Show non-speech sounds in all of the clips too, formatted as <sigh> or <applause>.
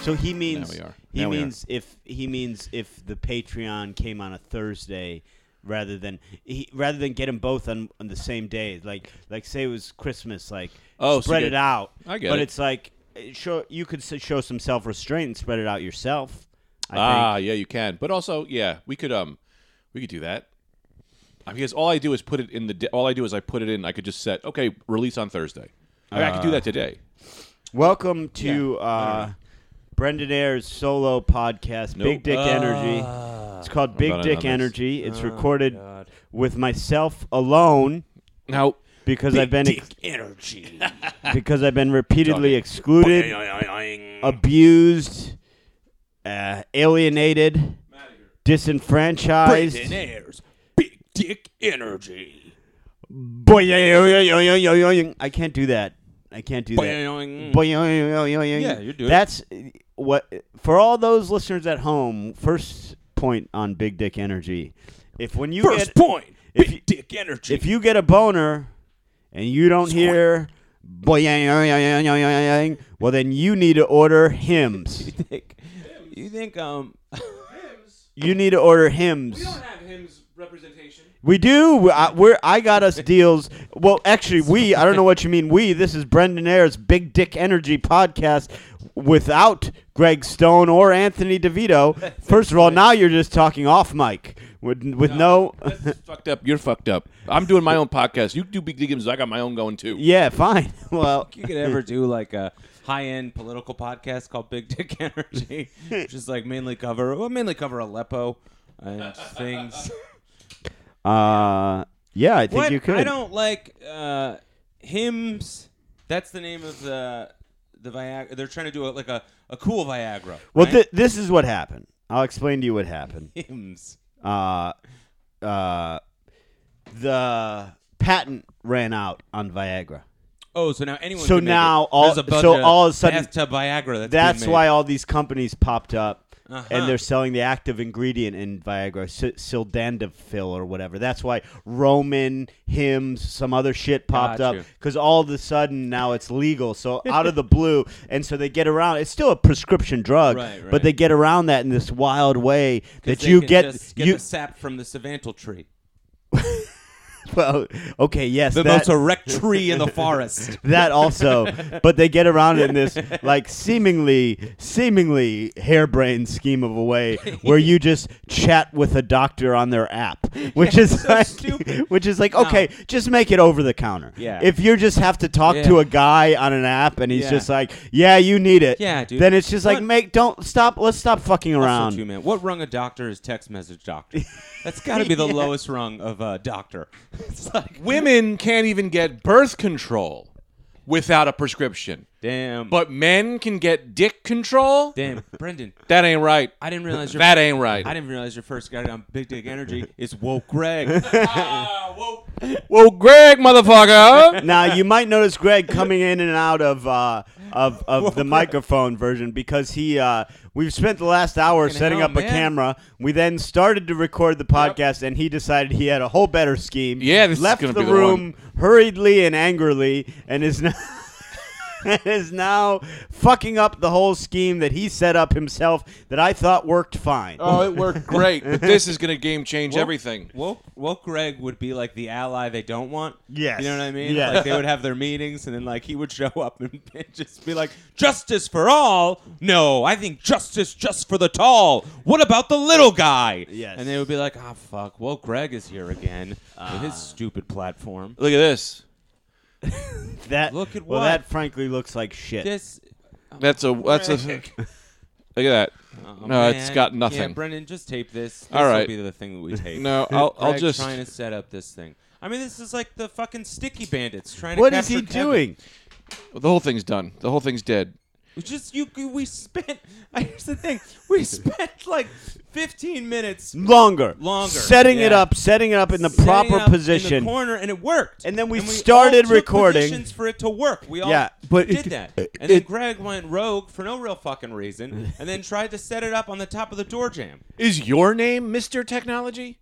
So he means we are. he Now we are. means if he means if the Patreon came on a Thursday rather than he, rather than get them both on, on the same day. Like like say it was Christmas. Like Oh, so spread you it get- out. I get But it. it's like eh, show you could s- show some self restraint and spread it out yourself. I ah, yeah, you can. But also, yeah, we could um, we could do that. Uh, Because all I do is put it in the. Di- all I do is I put it in. I could just set okay, release on Thursday. I, mean, I could do that Ah. today. think. Welcome to uh, Brendan Ayers solo podcast, Big Nope. Ah. Dick Energy. It's called Big about Dick another? Energy. It's recorded with myself alone. Now, because I've been ex- <laughs> energy. because I've been repeatedly excluded, Up. abused, uh, alienated, disenfranchised. Airs. Big dick energy. Boy, I can't do that. I can't do that. Boy, yeah, you're doing it. That's what for all those listeners at home. First point on big dick energy. If when you get First point. if Big you- dick energy. if you get a boner and you don't hear boing, well then you need to order <laughs> hymns. think you think um <laughs> You need to order hymns. have hymns representation. We do. We- I, we're I got us deals. Well, actually, we. I don't know what you mean. We. This is Brendan Ayers' Big Dick Energy podcast without Greg Stone or Anthony <laughs> DeVito. First of all, now you're just talking off mic with with no. <laughs> That's fucked up. You're fucked up. I'm doing my own podcast. You do big games. I got my own going too. yeah, fine. Well, you could ever do like a high-end political podcast called Big Dick <laughs> Energy, which is like mainly cover well, mainly cover Aleppo and <laughs> things. uh, yeah, I think what you could. I don't like uh, hymns. That's the name of the the Viagra. They're trying to do a, like a, a cool Viagra. Well, right? thi- this is what happened. I'll explain to you what <laughs> happened. hymns. Uh, uh, the patent ran out on Viagra. Oh, so now anyone. So can make now it. all- There's a bunch so of all of a sudden- bathtub Viagra. That's, That's being made. why all these companies popped up, Uh-huh. and they're selling the active ingredient in Viagra, S- sildenafil or whatever. That's why Roman hymns, some other shit popped Got up you. because all of a sudden now it's legal. So out of the blue, <laughs> and so they get around. It's still a prescription drug, Right, but right. they get around that in this wild way 'Cause that they you can get, just get you the sap from the savantal tree, <laughs> well, okay, yes, the that, most erect tree in <laughs> the forest. that also, but they get around in this like seemingly, seemingly harebrained scheme of a way where you just chat with a doctor on their <laughs> app, which is so like, stupid. which is like, okay, just make it over the counter. Yeah. If you just have to talk to Yeah. a guy on an app and he's Yeah. just like, yeah, you need it. Yeah, dude. Then it's just like, What- make don't stop. Let's stop fucking around. Also, too, man, what rung a doctor is text message doctor? That's got to be <laughs> the lowest rung of uh, doctor. <laughs> It's like, Women can't even get birth control without a prescription, damn, but men can get dick control. damn, Brendan, That ain't right. I didn't realize your That ain't right. I didn't realize your first guy on Big Dick Energy is woke Greg. <laughs> Well, Ah, <laughs> Greg, motherfucker. Now you might notice Greg coming in and out of uh, of, of the microphone version because he uh, we've spent the last hour Fucking setting hell, up a man. camera. We then started to record the podcast, and he decided he had a whole better scheme. Yeah, this is left gonna the be the room hurriedly and angrily, and is now. <laughs> and is now fucking up the whole scheme that he set up himself that I thought worked fine. oh, <laughs> it worked great, but this is gonna game change everything. Woke, woke Greg would be like the ally they don't want. Yes. You know what I mean? Yes. Like they would have their meetings and then like he would <laughs> show up and, and just be like, justice for all? No, I think justice just for the tall. What about the little guy? Yes. And they would be like, ah, fuck. Woke Greg is here again with Ah. his stupid platform. Look at this. that Look at well, what- that frankly looks like shit. This. That's a that's a. <laughs> Look at that. oh, No, it's man. got Yeah, nothing. Brendan, just tape this. this All will right. be the thing that <laughs> we tape. No, I'll I'll Greg just. trying to set up this thing. I mean, this is like the fucking sticky bandits trying to. what is he capture Kevin. doing? The whole thing's done. The whole thing's dead. It's Just you, you- we spent. <laughs> Here's the thing: <laughs> we spent like 15 minutes longer, Longer, setting it yeah. up, setting it up in the setting proper up in position. the corner, and it worked. And then we all started took recording. positions for it to work. We all Yeah, but did it- that. And then Greg went rogue for no real fucking reason, and then tried to set it up on the top of the door jam. Is your name Mister Technology?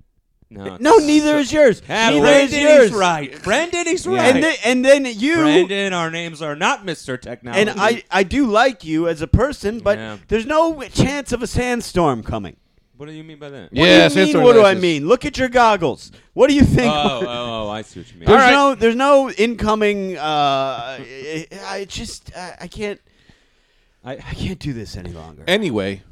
No, No, neither is yours. Ah, neither is Brandon yours. is right. Brandon is right. And then, and then you Brandon, our names are not Mr. Technology. and I, I do like you as a person, but Yeah. there's no chance of a sandstorm coming. What do you mean by What that? Yeah, do you mean? sandstorm What do I rises. mean? Look at your goggles. What do you think? <laughs> Oh, oh, oh, I see what you mean. There's All right. no there's no incoming. Uh, I, I just I, I can't I, I can't do this any longer. Anyway,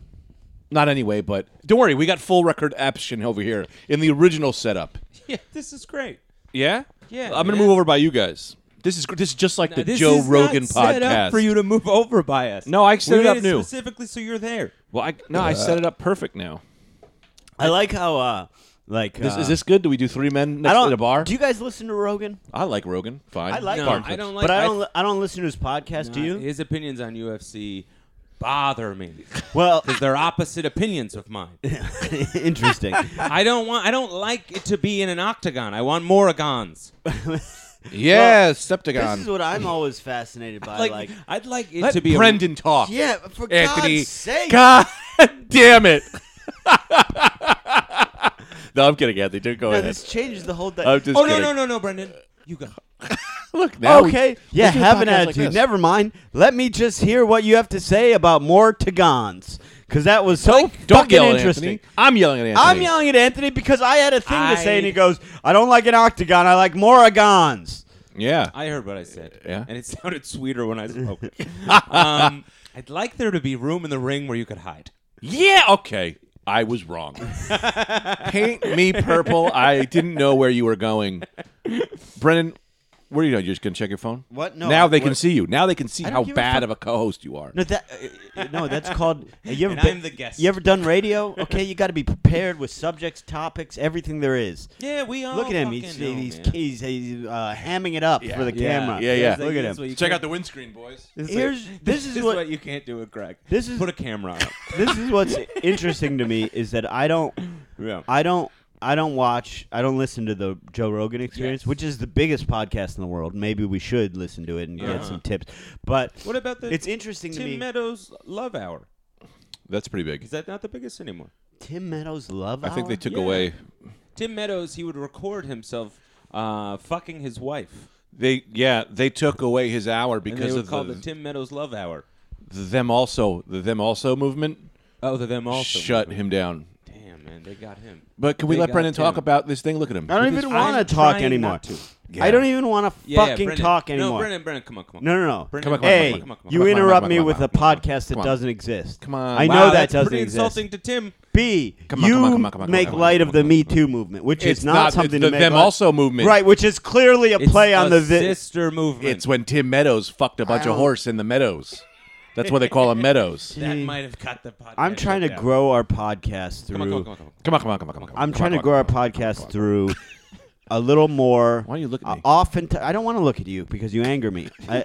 not anyway, but don't worry, we got full record action over here in the original setup. <laughs> yeah, this is great. Yeah, Yeah, I'm gonna man. move over by you guys. This is gr- this is just like the This Joe is Rogan not set podcast up for you to move over by us. No, I set we it made up new. specifically so you're there. Well, I, no, I set it up perfect now. I like how uh like This, uh, is this good? Do we do three men I next don't in a bar? Do you guys listen to Rogan? I like Rogan. Fine. I like No, Rogan, I don't like- but I I- don't li- I don't listen to his podcast. do you? His opinions on UFC bother me well, because they're opposite opinions <laughs> of mine. <laughs> interesting. I don't want. I don't like it to be in an octagon. I want moragons. Yeah, this is Septagon. what I'm always fascinated by. Like, Like, <laughs> I'd like it Let to be Brendan talk. yeah, for Anthony, God's sake. <laughs> God damn it. <laughs> no, I'm kidding, Anthony. Don't go No, ahead. this changes the whole thing. I'm <laughs> just A, <laughs> oh no kidding. no no no, Brendan, you go. Look now. we- okay. let's Yeah, do a have an podcast like attitude. this. Never mind. Let me just hear what you have to say about more Tagans. Because that was so Don't fucking yell at interesting. Anthony. I'm yelling at Anthony. I'm yelling at Anthony because I had a thing to say, and I- he goes, I don't like an octagon. I like moragons. Yeah. I heard what I said. Yeah. and it <laughs> sounded sweeter when <laughs> I spoke. um, I'd like there to be room in the ring where you could hide. yeah, okay. I was wrong. Paint me purple. I didn't know where you were going. Brennan, what are you doing? You're just going to check your phone? What? No, Now I- they can what- see you. Now they can see don't how give a bad fuck. of a co host you are. No, that uh, uh, no, that's called. uh, You ever And been- I'm the guest. You ever done radio? Okay, you got to be prepared with subjects, topics, everything there <laughs> is. Yeah, we all Look at him. fucking He's, know, he's, man. he's, he's uh, hamming it up for the Yeah. camera. Yeah, yeah. Here's the- Look at here's him. what you Check can't- out the windscreen, boys. Here's this is this what is what you can't do with Greg. This is- put a <laughs> camera on. him. this is what's interesting to me is that I don't, yeah. I don't, I don't watch, I don't listen to the Joe Rogan Experience, Yes. which is the biggest podcast in the world. Maybe we should listen to it and Uh-huh. get some tips. But What about the it's interesting to Tim me. Meadows Love Hour? That's pretty big. Is that not the biggest anymore? Tim Meadows love. I think they Hour? took Yeah. away. Tim Meadows, he would record himself uh, fucking his wife. They yeah, they took away his hour And they because would of call the, the Tim Meadows Love Hour. them also the them also movement. Oh, the them also. Shut him down. Damn, man, they got him. But can we They let got Brendan talk him. about this thing? Look at him. I don't even I'm want to talk trying anymore. not to. I don't even want to Yeah, yeah, fucking Brendan. talk anymore. No, Brendan, Brendan, come on, come on. No, no, no. Brendan, Come on, come on, hey, come on, come on, come on, you come on, come on, interrupt come me on, with come a on, come on, podcast come that on. doesn't exist. Come on. I Wow, know that that's doesn't pretty exist. insulting to Tim. B, Come on, you come on, come on, come on, come make on, come on, light come of on, the come on. Me Too movement, which It's is not, not- something it's to the make Them light- Also movement. right? Which is clearly a It's play a on the vi- sister movement. It's when Tim Meadows fucked a bunch of horse in the meadows. That's why they call him Meadows. that might have cut the podcast. I'm trying to down. grow our podcast through. Come on, come on, come on, come on. <laughs> Come on, come on, come on, come on. I'm come trying on, to grow our come on, come on, podcast through a little more. <laughs> Why don't you look at uh, me? often, I don't want to look at you because you anger <laughs> me. I,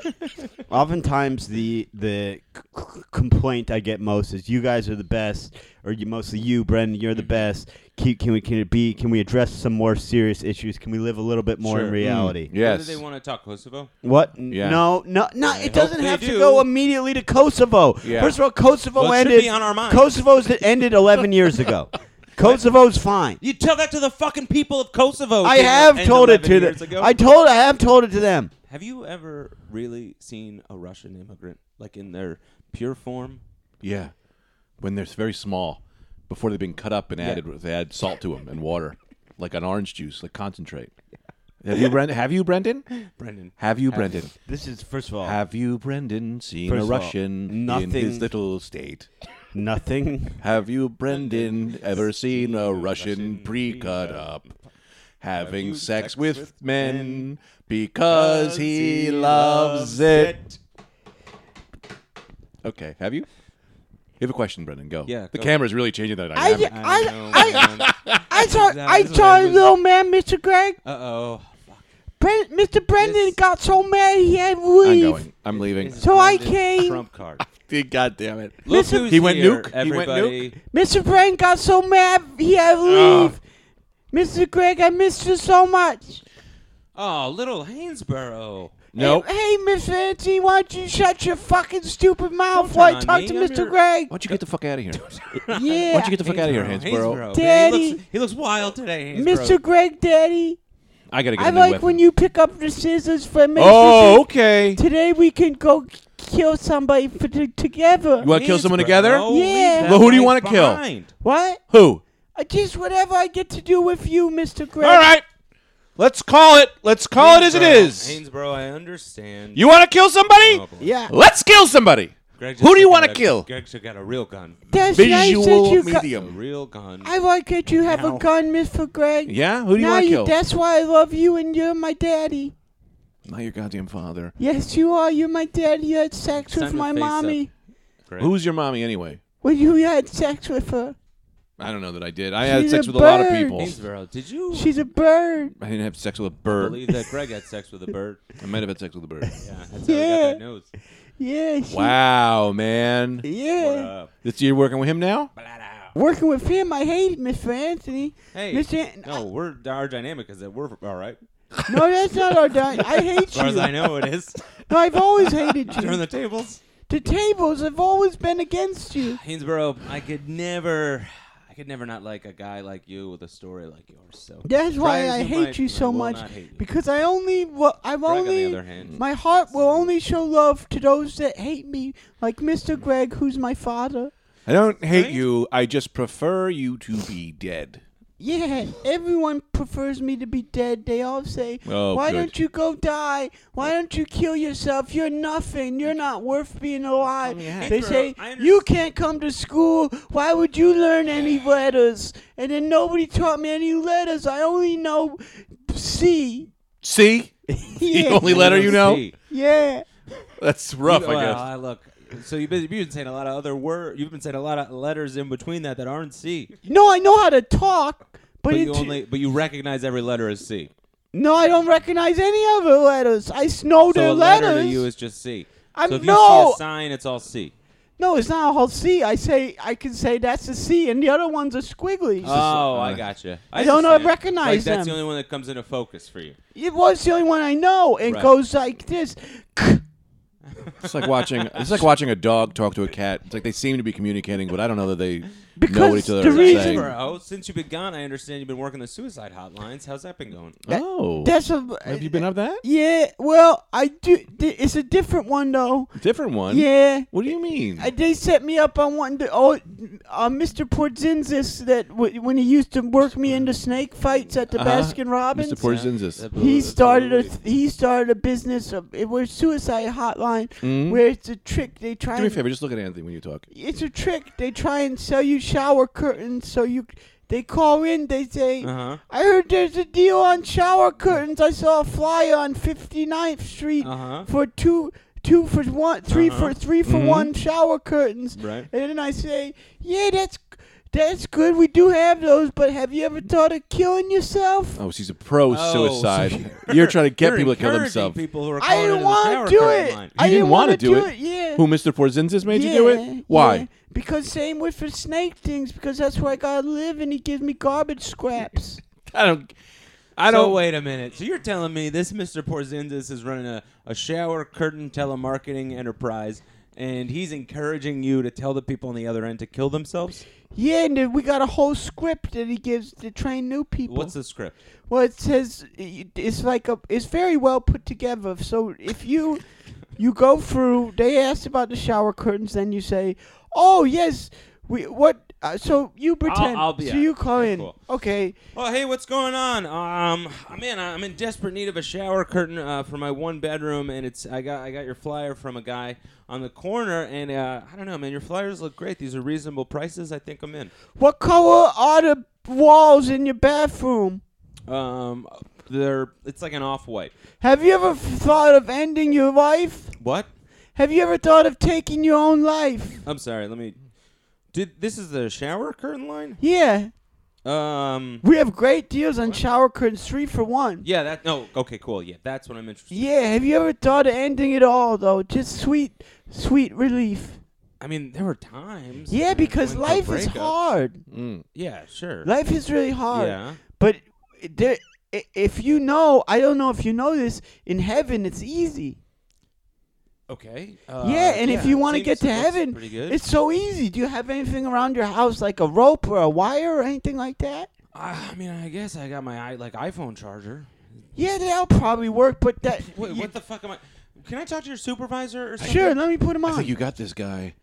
oftentimes, the the c- c- complaint I get most is you guys are the best, or you mostly you, Brendan, you're the Mm-hmm. best. Can, can we can it be? Can we address some more serious issues? Can we live a little bit more in Sure. Mm. reality? Yes. Whether they want to talk Kosovo? What? N- Yeah. No, no, no. hope It doesn't they have to do. go immediately to Kosovo. Yeah. First of all, Kosovo Well, it should ended. be on our mind. Kosovo's that ended 11 years ago. <laughs> Kosovo's fine. You tell that to the fucking people of Kosovo. I Tim, have and told it 11 to years them. ago. I told. I have told it to them. Have you ever really seen a Russian immigrant like in their pure form? Yeah, when they're very small, before they've been cut up and added, they add salt to them and water, like an orange juice, like <laughs> concentrate. Have you, Brendan? Have you, Brendan? Brendan. Have you, Oh. Brendan? This is first of all Have you, Brendan, seen First a of all, Russian in nothing- his little state? nothing. Have you, Brendan, ever seen a Russian pre-cut up having sex with men because he loves it? Okay, have you? You have a question, Brendan. Go. Yeah, the go. camera's really changing that I, <laughs> dynamic. I, know, I, I saw, That I was saw what I was- little man, Mr. Greg. Uh oh. Bren, Mr. Brendan This- got so mad he had to I'm leave. going. I'm leaving. So I came- Trump card. God damn it! Look Listen- who's He went here, nuke? He went Everybody. nuke? Mr. Brendan got so mad he had to leave. Mr. Greg, I missed you so much. Oh, little Hainsborough. <laughs> Nope. Hey, hey, Miss Fancy, why don't you shut your fucking stupid mouth Don't while I turn talk on to me. I'm Mr. your- Greg? <laughs> Why don't you get the fuck out of here? Why Yeah. don't you get the fuck out of here, Hansborough? He Daddy. looks, he looks wild today, Hansborough. Mr. Greg Daddy, I gotta get. I a new like weapon. when you pick up the scissors for me. Oh, okay. Today we can go k- kill somebody for t- together. You want to kill someone Hansborough, together? leave that Well, who do you wife wanna kill? behind. What? Who? Uh, Just whatever I get to do with you, Mr. Greg. All right. Let's call it. Let's call it as it Hansborough, is. Hansborough, I understand. You want to kill somebody? Oh, boy. Yeah. Let's kill somebody. Greg just Who do you took want out to a- kill? Greg took out a real gun. That's nice that Visual you got- A medium. real gun. I like that you have Ow. a gun, Mr. Greg. Yeah. Who do you now want to you, kill? that's why I love you and you're my daddy. Not your goddamn father. Yes, you are. You're my daddy. You had sex time with to my face up. mommy. Greg. Who's your mommy anyway? When you had sex with her. I don't know that I did. I had She's sex a with a lot of bird. people. Hansborough, did you She's a bird. I didn't have sex with a believe bird. that Greg had sex with a bird? <laughs> I might have had sex with a bird. Yeah, that's how he Yeah. got that nose. Yeah. She, Wow, man. What Yeah. up? This you're working with him now? Working with him, I hate Mr. Anthony. Hey, Mr. An- no, we're our dynamic is that we're all right. No, that's not our dime. I hate As far as you. I know, it <laughs> is. No, I've always hated Turn <laughs> you. the tables. The tables have always been against you. Hainesboro, I could never, I could never not like a guy like you with a story like yours. So That's why Try as I you hate might, you I so will much not hate you. because I only well, I've Greg, on the only other hand- my heart will only show love to those that hate me, like Mr. Greg, who's my father. I don't hate Right? you. I just prefer you to be dead. Yeah, everyone prefers me to be dead. They all say, Oh, "Why good. don't you go die? Why don't you kill yourself? You're nothing. You're not worth being alive." yeah. They Bro, say, I under- "You can't come to school. Why would you learn any letters?" And then nobody taught me any letters. I only know <laughs> C. See? The Yeah. only letter you know? See. Yeah. That's rough, well, I guess. look. So you've been, you've been saying a lot of other words. You've been saying a lot of letters in between that that aren't C. No, I know how to talk, but, But it, you only, but you recognize every letter as C. no, I don't recognize any of the letters. I know So their a letters. letter to you is just C. I'm- so if you see no! a sign, it's all C. no, it's not a whole C. I say I can say that's a C, and the other ones are squiggly. Oh, I uh, gotcha. I don't know, I understand. recognize like, That's them. the only one that comes into focus for you. it was the only one I know, and Right. goes like this. It's like watching it's like watching a dog talk to a cat. It's like they seem to be communicating, but I don't know that they know Because what each other the are reason- saying. Bro, since you've been gone, I understand you've been working the suicide hotlines. How's that been going? Oh. That's a have you been up that? yeah. Well, I do. th- It's a different one though. Different one. Yeah. What do you mean? I, they set me up on wanting to. Oh, uh, Mr. Porzingis, that w- when he used to work me into snake fights at the Uh-huh. Baskin Robbins. Mr. Porzingis. he started a he started a business of it was suicide hotline where it's a trick they try Mm-hmm. Do me a and, favor, just look at Anthony when you talk. it's a trick they try and sell you shower curtains so you they call in they say Uh-huh. I heard there's a deal on shower curtains I saw a flyer on 59th Street Uh-huh. for two two for one 3 for 3 for one shower curtains Mm-hmm. Right. and then I say yeah that's that's good we do have those but have you ever thought of killing yourself Oh, she's a pro Oh, <laughs> suicide. so you're, trying to get You're people to kill encouraging themselves. People who are I calling didn't into the want shower to do curtain it. line. I You didn't want to wanna do it? Yeah. Who, Mr. Porzingis made you do Yeah, it? Why? yeah. Because same with the snake things. Because that's where I gotta live, and he gives me garbage scraps. I don't. I So don't. wait a minute. So you're telling me this Mr. Porzingis is running a, a shower curtain telemarketing enterprise, and he's encouraging you to tell the people on the other end to kill themselves? yeah, and then we got a whole script that he gives to train new people. What's the script? Well, it says it's like a. It's very well put together. So if you you go through, they ask about the shower curtains, then you say, "Oh yes, we what." Uh, so you pretend. I'll be- so yeah, you call okay, in. cool. Okay. Oh, hey, what's going on? Um, I'm in. I'm in desperate need of a shower curtain uh, for my one bedroom, and it's I got I got your flyer from a guy on the corner, and uh, I don't know, man. Your flyers look great. These are reasonable prices. I think I'm in. What color are the walls in your bathroom? Um, they're it's like an off white. Have you ever thought of ending your life? What? Have you ever thought of taking your own life? I'm sorry. Let me. Did this is the shower curtain line? Yeah, Um, we have great deals on shower curtains, three for one. yeah. That no. Okay, cool. Yeah, that's what I'm interested. Yeah, have you ever thought of ending it all though? Just sweet, sweet relief. I mean, there were times. Yeah, when- because when a life is breakup- hard. Mm. Yeah, sure. Life is really hard. yeah. But there, i- if you know, I don't know if you know this. In heaven, it's easy. Okay. uh, yeah, and if you want to get Seems- to looks heaven, pretty good. it's so easy. Do you have anything around your house like a rope or a wire or anything like that? Uh, I mean, I guess I got my i- like iPhone charger. Yeah, that'll probably work. But that Wait, you- what the fuck am I? Can I talk to your supervisor or something? sure, let me put them I on. think you got this guy.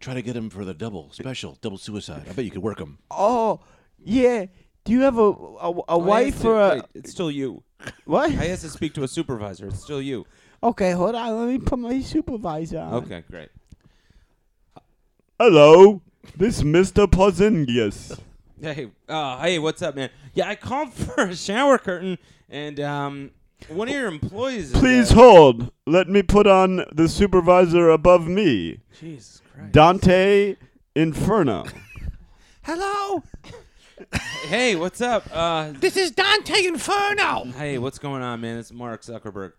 Try to get him for the double special, double suicide. I bet you could work him. oh, yeah. Do you have a a, a I wife asked or it- a Oh, wait, it's still you. what? I asked to speak to a supervisor. It's still <laughs> you. Okay, hold on. Let me put my supervisor on. Okay, great. Hello, this is Mr. Pozingius. Hey, uh, hey, what's up, man? Yeah, I called <laughs> for a shower curtain, and um, one of your employees. is, uh, hold. Let me put on the supervisor above me, Jesus Christ. Dante Inferno. Hello, <laughs> Hey, what's up? Uh, this is Dante Inferno. hey, what's going on, man? It's Mark Zuckerberg.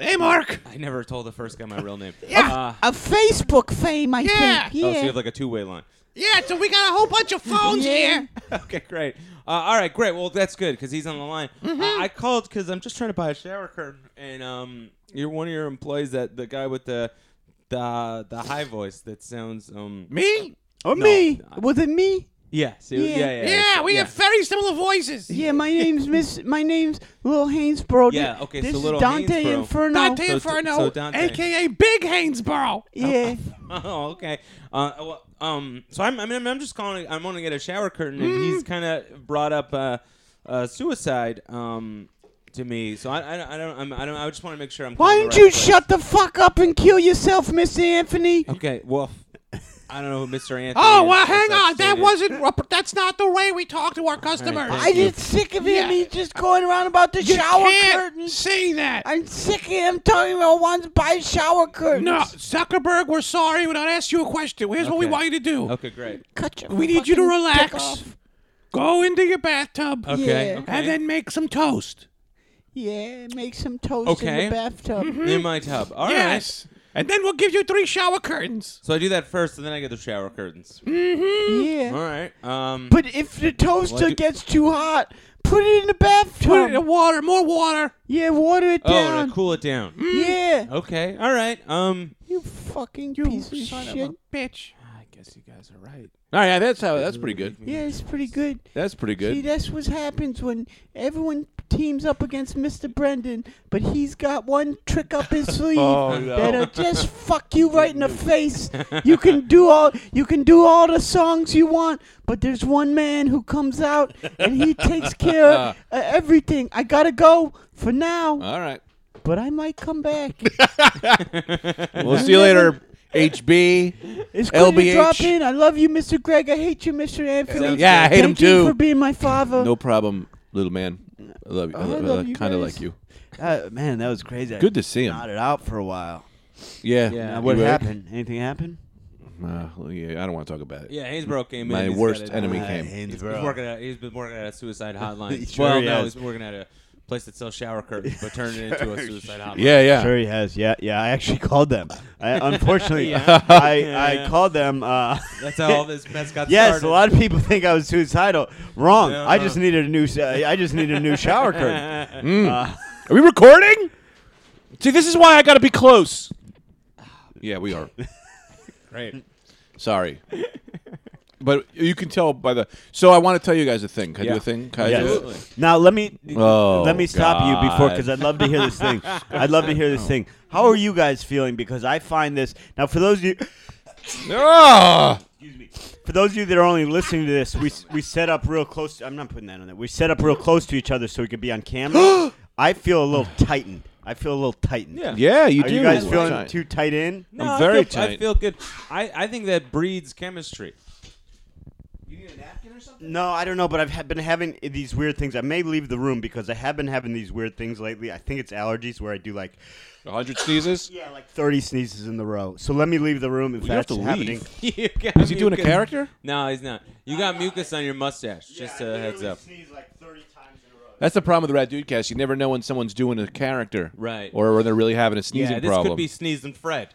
Hey, Mark. I never told the first guy my real <laughs> name. Uh, a Facebook fame, I Yeah. think. Yeah. Oh, so you have like a two-way line. <laughs> Yeah, so we got a whole bunch of phones Yeah. here. okay, great. Uh, all right, great. Well, that's good because he's on the line. Mm-hmm. I, I called because I'm just trying to buy a shower curtain, and um, you're one of your employees that the guy with the the the high voice that sounds um Me? or No. Oh, me. Was it me? yes it- Yeah. yeah yeah Yeah, we have very similar voices. Yeah, <laughs> my name's Miss. My name's Little Hainsborough. Yeah, okay, This so is Little Dante Hainsborough. Inferno. Dante So- Inferno, so Dante. aka Big Hainesboro. Yeah. <laughs> oh okay uh well, um so I'm I mean I'm just calling I'm going to get a shower curtain and he's Mm. kind of brought up uh, uh suicide um to me so I I, I don't I'm, I don't I just want to make sure I'm Why calling don't the you right place. shut the fuck up and kill yourself, Mr. Anthony? Okay, well, I don't know, who Mr. Anthony. Oh, is, well, as hang I've on. That stated. wasn't. That's not the way we talk to our customers. thank I get sick of him. Yeah. He's just going around about the You shower can't curtain. say that. I'm sick of him talking about ones by shower curtains. no, Zuckerberg, we're sorry. We don't ask you a question. Here's what we Okay. want you to do. Okay, great. Cut your We need you to fucking dick relax. off. Go into your bathtub. Okay. Yeah. okay. And then make some toast. Yeah, make some toast Okay. in the bathtub. <laughs> in my tub. All right. Hmm? yes. And then we'll give you three shower curtains. So I do that first, and then I get the shower curtains. Hmm? Yeah. All right. Um. But if the toaster Like it- gets too hot, put it in the bathtub. Put it in the water, more water. yeah, water it oh, down. to cool it Hmm? down. Yeah. Okay. All right. Um. You fucking You piece of son shit. of a bitch. I guess you guys are right. All right, yeah, that's how. That's pretty good. yeah, it's pretty good. That's pretty See, good. that's what happens when everyone teams up against Mr. Brendan, but he's got one trick up <laughs> his sleeve Oh, that'll just fuck you right in the face. You can do all you can do all the songs you want, but there's one man who comes out and he takes <laughs> care of uh, everything. I gotta go for now, All <laughs> right. but I might come <laughs> back. We'll see you <laughs> later, HB. It's good to LBH. drop in. I love you, Mr. Greg. I hate you, Mr. Anthony. Yeah, I hate him Thank you too. for being my father. No problem, little man. I love you. I, I love, love you kind of guys. like you. Uh, man, that was crazy. I Good to see him. Nodded out for a while. Yeah. Yeah. Now, You what right? happened? Anything happened? Uh, well, yeah, I don't want to talk about it. Yeah, Hainsborough came in. My He's worst got a- enemy Uh, came. He's Hainesborough. been working at. He's been working at a <laughs> suicide hotline. Sure well, he no, has. he's been working at a place that sells shower curtains, but turned it <laughs> into a suicide hotline. Yeah, yeah. Sure he has. Yeah, yeah. I actually <laughs> called them. <laughs> I, unfortunately, Yeah. I, Yeah, I yeah. called them. Uh, That's how all this mess got <laughs> yes, started. a lot of people think I was suicidal. Wrong. No, I no. just needed a new. s- uh, I just needed a new shower <laughs> curtain. Uh, Are we recording? See, this is why I got to be close. Yeah, we are. Great. Sorry. But you can tell by the. So I want to tell you guys a thing. Can I do Yeah. a thing? Can I do yes. it? Absolutely. Now let me Oh, let me stop you before God. because I'd love to hear this <laughs> thing. I'd love to hear this thing. How are you guys feeling? Because I find this now for those of you. Ah! For those of you that are only listening to this, we we set up real close. I'm not putting that on there. We set up real close to each other so we could be on <gasps> camera. I feel a little tightened. I feel a little tightened. Yeah. Yeah, you Are do. you guys We're feeling tight. too tight in? No, I'm I very feel, I tight. feel good. I, I think that breeds chemistry. <laughs> You need a napkin or something? No, I don't know, but I've ha- been having these weird things. I may leave the room because I have been having these weird things lately. I think it's allergies where I do like 100 sneezes? yeah, like 30 sneezes in the row. So let me leave the room if Well, you have that's to happening. leave. you got Is he doing a mucus. character? No, he's not. You got mucus on your mustache. just a heads up. Sneeze like 30 times in a row. That's the problem with the Rat Dude cast. You never know when someone's doing a character. Right. Or when they're really having a sneezing Yeah, this problem. could be sneezing Fred.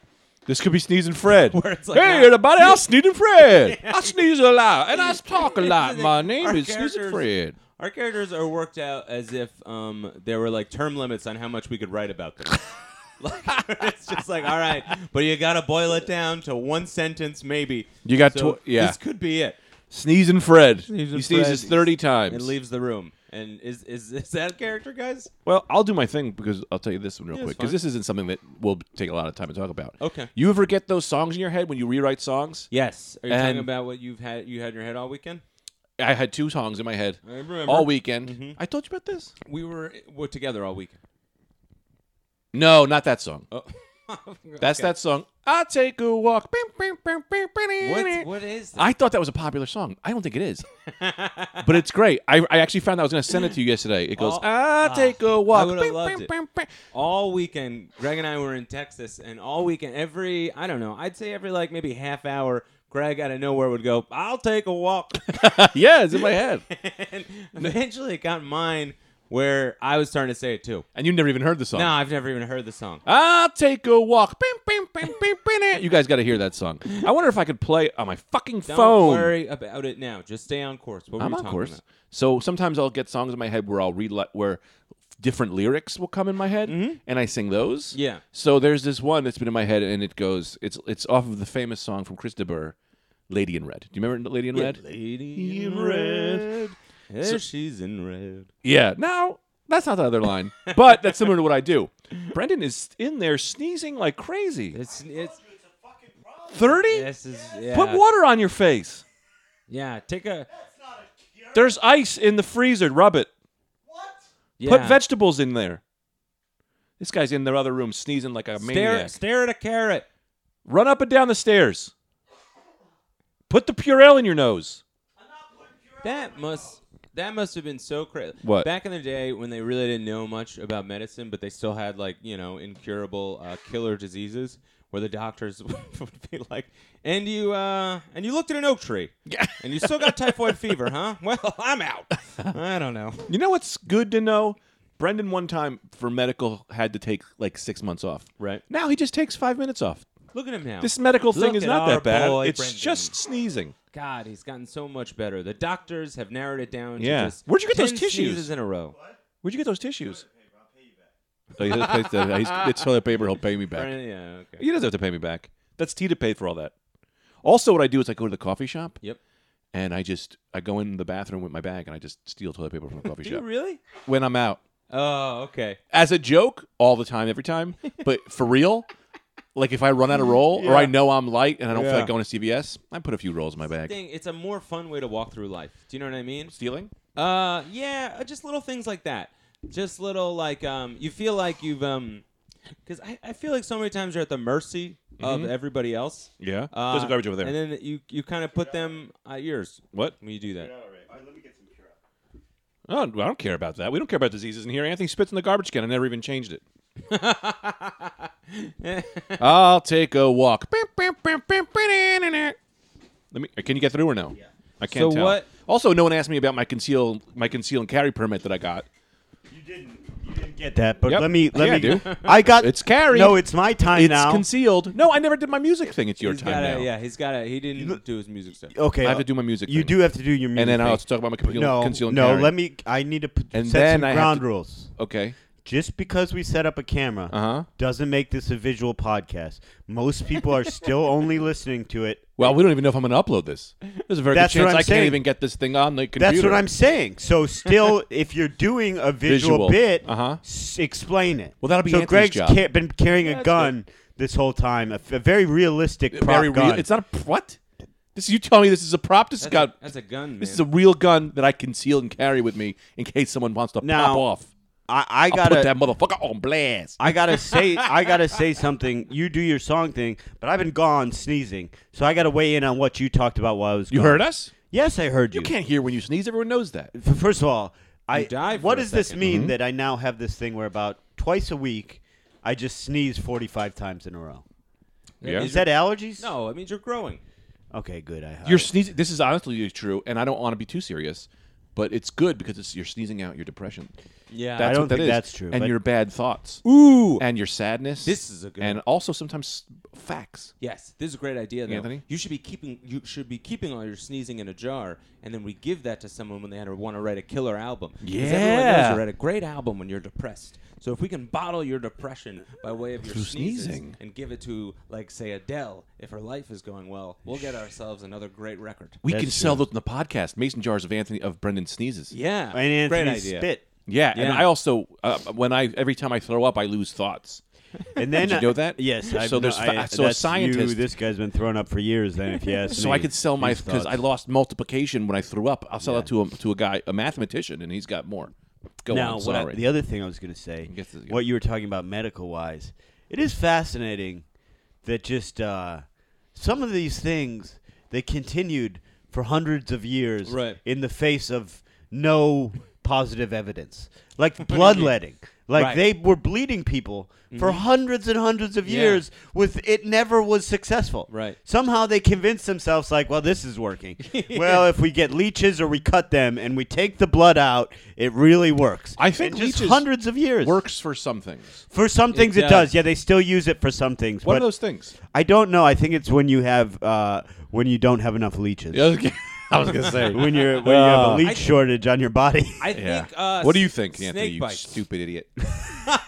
This could be sneezing <laughs> Fred. Where it's like hey, not- everybody, <laughs> I'm sneezing Fred. I sneeze a lot and I talk a lot. Isn't it- My name our is sneezing characters- Fred. Our characters are worked out as if um, there were like term limits on how much we could write about them. <laughs> like, it's just like, all right, but you got to boil it down to one sentence, maybe. You got so tw- yeah. This could be it. Sneezing Fred. Sneezing he sneezes Fred. thirty times. And leaves the room. And is is, is that a character, guys? Well, I'll do my thing because I'll tell you this one real Yeah, it's quick because fine. this isn't something that will take a lot of time to talk about. Okay. You ever get those songs in your head when you rewrite songs? Yes. Are you talking And- about what you've had? You had in your head all weekend. I had two songs in my head I remember. Mm-hmm. all weekend. I told you about this. We were eh, we're together all weekend. No, not that song. Oh. <laughs> That's that song. I take a walk. Bing, bing, bing, bing, bing. What, what is that? I thought that was a popular song. I don't think it is, but it's great. I, I actually found out I was going to send it to you yesterday. It goes, Oh, I take a walk. would've Bing, loved bing, it. bing, bing. all weekend greg and i were in texas and all weekend every i don't know i'd say every like maybe half hour greg out of nowhere would go i'll take a walk <laughs> yeah, it's in my head. and eventually it got mine where i was starting to say it too And you never even heard the song. no i've never even heard the song I'll take a walk. Bing, bing, bing, bing, bing, eh. You guys got to hear that song. I wonder if I could play on my fucking don't phone. worry about it now just stay on course what were I'm you on talking course. about? So sometimes I'll get songs in my head where I'll read li- where different lyrics will come in my head, and I sing those. Mm-hmm. Yeah. So there's this one that's been in my head, and it goes. It's it's off of the famous song from Chris de Burgh, "Lady in Red." Do you remember "Lady in Red"? lady in in red red. yeah, she's in red Yeah. No, that's not the other line, but that's similar to what I do. Brendan is in there sneezing like crazy. it's it's Thirty. this is yeah. Put water on your face. yeah take a There's ice in the freezer. Rub it. yeah. Put vegetables in there. This guy's in the other room sneezing like a stare, maniac. stare at a carrot Run up and down the stairs. Put the Purell in your nose. That must that must have been so crazy. What? back in the day when they really didn't know much about medicine, but they still had like you know incurable uh, killer diseases, where the doctors <laughs> would be like, "And you uh, and you looked at an oak <laughs> tree, yeah, and you still got typhoid fever, huh? Well, I'm out. I don't know. You know what's good to know? Brendan one time for medical had to take like six months off. Right. Now he just takes five minutes off. Look at him now. This medical Look thing is at not our that bad. boy, it's Brendan. just sneezing. God, he's gotten so much better. The doctors have narrowed it down. Yeah. to just Where'd you get 10 those tissues? sneezes in a row? Where'd you get those tissues? Oh, he doesn't pay- uh, he's- it's toilet paper. He'll pay me back. Uh, Yeah. Okay. He doesn't have to pay me back. That's T to pay for all that. Also, what I do is I go to the coffee shop Yep. and I just I go in the bathroom with my bag and I just steal toilet paper from the <laughs> coffee Do you shop really? when I'm out. Oh, okay. as a joke all the time, every time, but for real, like if I run out of roll or I know I'm light and I don't feel like going to CVS, I put a few rolls in my bag. Thing, it's a more fun way to walk through life. Do you know what I mean? Stealing? Uh, yeah, uh, just little things like that. Just little like um, you feel like you've um, because I, I feel like so many times you're at the mercy of everybody else. Yeah. Uh, Mm-hmm. There's a garbage over there. And then you you kind of put them at yours what? when you do that. Oh, I don't care about that. We don't care about diseases in here. Anthony spits in the garbage can. I never even <laughs> changed it. I'll take a walk. Beep, beep, beep, beep, beep, in, in, in. Let me. Can you get through or no? Yeah. I can't So tell. what- Also, no one asked me about my conceal my conceal and carry permit that I got. You didn't. You didn't get that. But Yep. let me. Let Yeah, me. I do. I got. It's carried. No, it's my time It's now. concealed. No, I never did my music thing. It's your He's time gotta- now. Oh, Yeah, he's got to. He didn't do his music stuff. okay. uh, I have to do my music. You thing. do have to do your music. and then I'll thing. have to talk about my conceal, no, conceal and no. carry. Let me. I need to put, And set then some I have ground to- rules. Okay. Just because we set up a camera Uh-huh. doesn't make this a visual podcast. Most people <laughs> are still only listening to it. Well, we don't even know if I'm going to upload this. There's a very That's good what chance I'm I can't saying. even get this thing on the computer. That's what I'm saying. So, <laughs> still, if you're doing a visual, Visual. bit, Uh-huh. s- explain it. Well, that'll be so. Anthony's Greg's job. ca- been carrying a gun this whole time, a, f- a very realistic prop very real. gun. It's not a what? This you tell me this is a prop. This That's, got a, that's a gun. Man. this is a real gun that I conceal and carry with me in case someone wants to Now, pop off. I, I I'll put that gotta. motherfucker on blast. <laughs> I gotta say, I gotta say something. You do your song thing, but I've been gone sneezing, so I gotta weigh in on what you talked about while I was. You gone. heard us? Yes, I heard you. You can't hear when you sneeze. Everyone knows that. F- First of all, I died for what a does this second. mean Mm-hmm. that I now have this thing where about twice a week I just sneeze 45 times in a row? Yeah. Is that allergies? no, it means you're growing. Okay, good. I You're sneezing. This is honestly true, and I don't want to be too serious, but it's good because it's, you're sneezing out your depression. Yeah. That's I don't what that think is. that's true, And but- your bad thoughts. Ooh. And your sadness. This is a good And also sometimes facts. Yes, this is a great idea, though. Anthony? You should be keeping you should be keeping all your sneezing in a jar, and then we give that to someone when they want to write a killer album. 'Cause everyone knows Yeah. you write a great album when you're depressed. So if we can bottle your depression by way of your Through sneezes sneezing. and give it to, like, say Adele, if her life is going well, we'll get ourselves another great record. We That's can sell those in the podcast. Mason jars of Anthony of Brendan sneezes. Yeah, And great Anthony idea. <laughs> spit. Yeah, and Yeah. I also uh, when I every time I throw up, I lose thoughts. And then Did you know that? Yes. So I've- there's I- fa- so a that's scientist- You, this guy's been thrown up for years. Then, <laughs> if you ask So me. I could sell my His because I thoughts. lost multiplication when I threw up. I'll sell it to a, to a guy, a mathematician, and he's got more. Go now, on, what I- sorry. the other thing I was going to say, guess it's- what you were talking about medical wise, it is fascinating that just uh, some of these things they continued for hundreds of years Right. in the face of no positive evidence, <laughs> like bloodletting. Like Right. they were bleeding people for Mm-hmm. hundreds and hundreds of Yeah. years with it never was successful. Right. Somehow they convinced themselves like, well, this is working. Well, if we get leeches or we cut them and we take the blood out, it really works. I think And just leeches hundreds of years works for some things. for some things. It, does. does. Yeah, they still use it for some things. What but are those things? I don't know. I think it's when you have uh, when you don't have enough leeches. <laughs> I was gonna say. When you're when you have a leech I- shortage on your body. I think. yeah. Uh, what do you think, snake Anthony? You bites. stupid idiot. <laughs>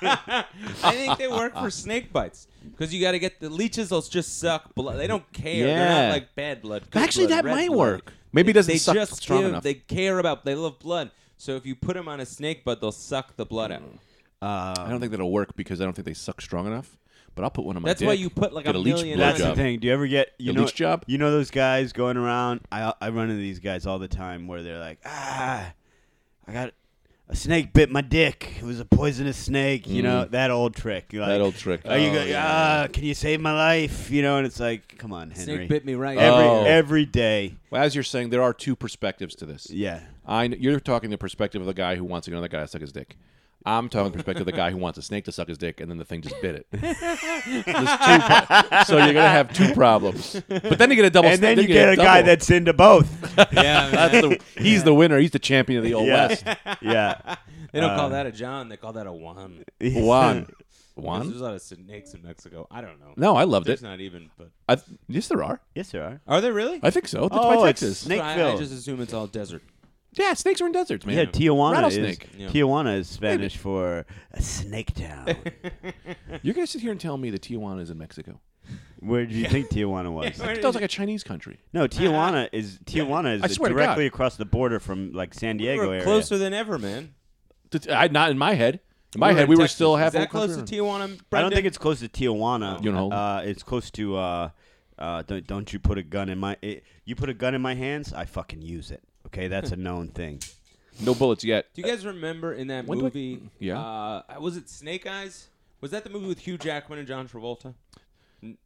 I think they work for snake bites because you got to get the leeches. They'll just suck blood. They don't care. They're Yeah. not like bad blood. good Actually, blood, that red might blood. work. Maybe it doesn't they suck just strong give- enough. They care about. They love blood. So if you put them on a snake bite, they'll suck the blood Mm. out. I don't think that'll work because I don't think they suck strong enough. But I'll put one on my. That's why dick, you put, like, get a a leech million blowjob. That's the thing. Do you ever get you Your know leech job? You know those guys going around. I I run into these guys all the time where they're like, ah, I got a snake bit my dick. It was a poisonous snake. You know that old trick. You're Mm. That like, <laughs> old trick. Are you Oh, go, yeah. ah, can you save my life? You know, and it's like, come on, Henry. Snake bit me right. Every <laughs> Oh. every day. Well, as you're saying, there are two perspectives to this. Yeah. I kn- you're talking the perspective of the guy who wants another guy to suck his dick. I'm talking the perspective of the guy who wants a snake to suck his dick, and then the thing just bit it. so, there's two pro- so you're gonna <laughs> have two <laughs> problems. But then you get a double. And then you you're get gonna a have guy double. that's into both. <laughs> yeah, man. That's <laughs> the, he's the winner. He's the champion of the old yeah. west. yeah. <laughs> they don't Uh, call that a John. They call that a Juan. <laughs> Juan, Because There's Juan. a lot of snakes in Mexico. I don't know. No, I loved There's it. not even. But I, yes, there are. Yes, there are. are there really? I think so. That's Oh, by it's Texas. snake I, I filled. just assume it's all desert. Yeah, snakes are in deserts, man. Yeah, Tijuana is rattlesnake. Yeah. Tijuana is Spanish for a snake <laughs> town. You're gonna sit here and tell me that Tijuana is in Mexico? Where did you think Tijuana was? <laughs> That sounds like a Chinese country. No, Tijuana is Tijuana I is swear to directly God. across the border from like San Diego We're area. closer than ever, man. Th- I, not in my head. In my We're head, in we were Texas. still Is half that close to Tijuana. I don't Brendan? think it's close to Tijuana. You know. uh, it's close to. Uh, uh, don't don't you put a gun in my? It, you put a gun in my hands, I fucking use it. Okay, that's a known thing. No bullets yet. Do you guys remember in that When do I- movie? Yeah. Uh, was it Snake Eyes? Was that the movie with Hugh Jackman and John Travolta?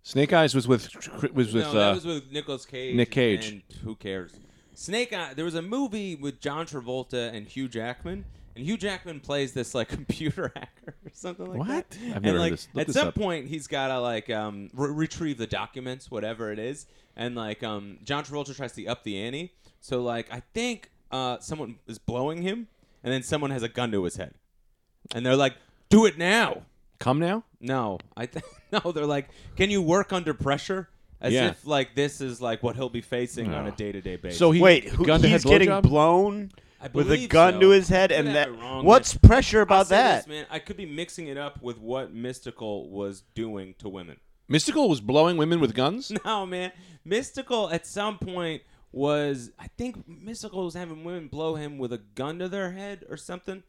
Snake Eyes was with was with no, uh, that was with Nicolas Cage. Nick Cage. And who cares? Snake Eye. There was a movie with John Travolta and Hugh Jackman, and Hugh Jackman plays this like <laughs> computer hacker or something like What? that. I've never And, heard like, this. Look at this some up. point, he's gotta like um, re- retrieve the documents, whatever it is, and like um, John Travolta tries to up the ante. So like, I think uh, someone is blowing him, and then someone has a gun to his head, and they're like, "Do it now." Come now. No, I th- <laughs> no. They're like, can you work under pressure? As Yeah. if like this is like what he'll be facing on a day to day basis. So he Wait, who, gun to he's head getting blowjob? blown I with a believe gun so. to his head, Could and have that. it wrong, what's man. pressure I'll about say that? this, man, I could be mixing it up with what Mystical was doing to women. <laughs> Mystical was blowing women with guns. No, man, Mystical at some point was I think Mystical was having women blow him with a gun to their head or something.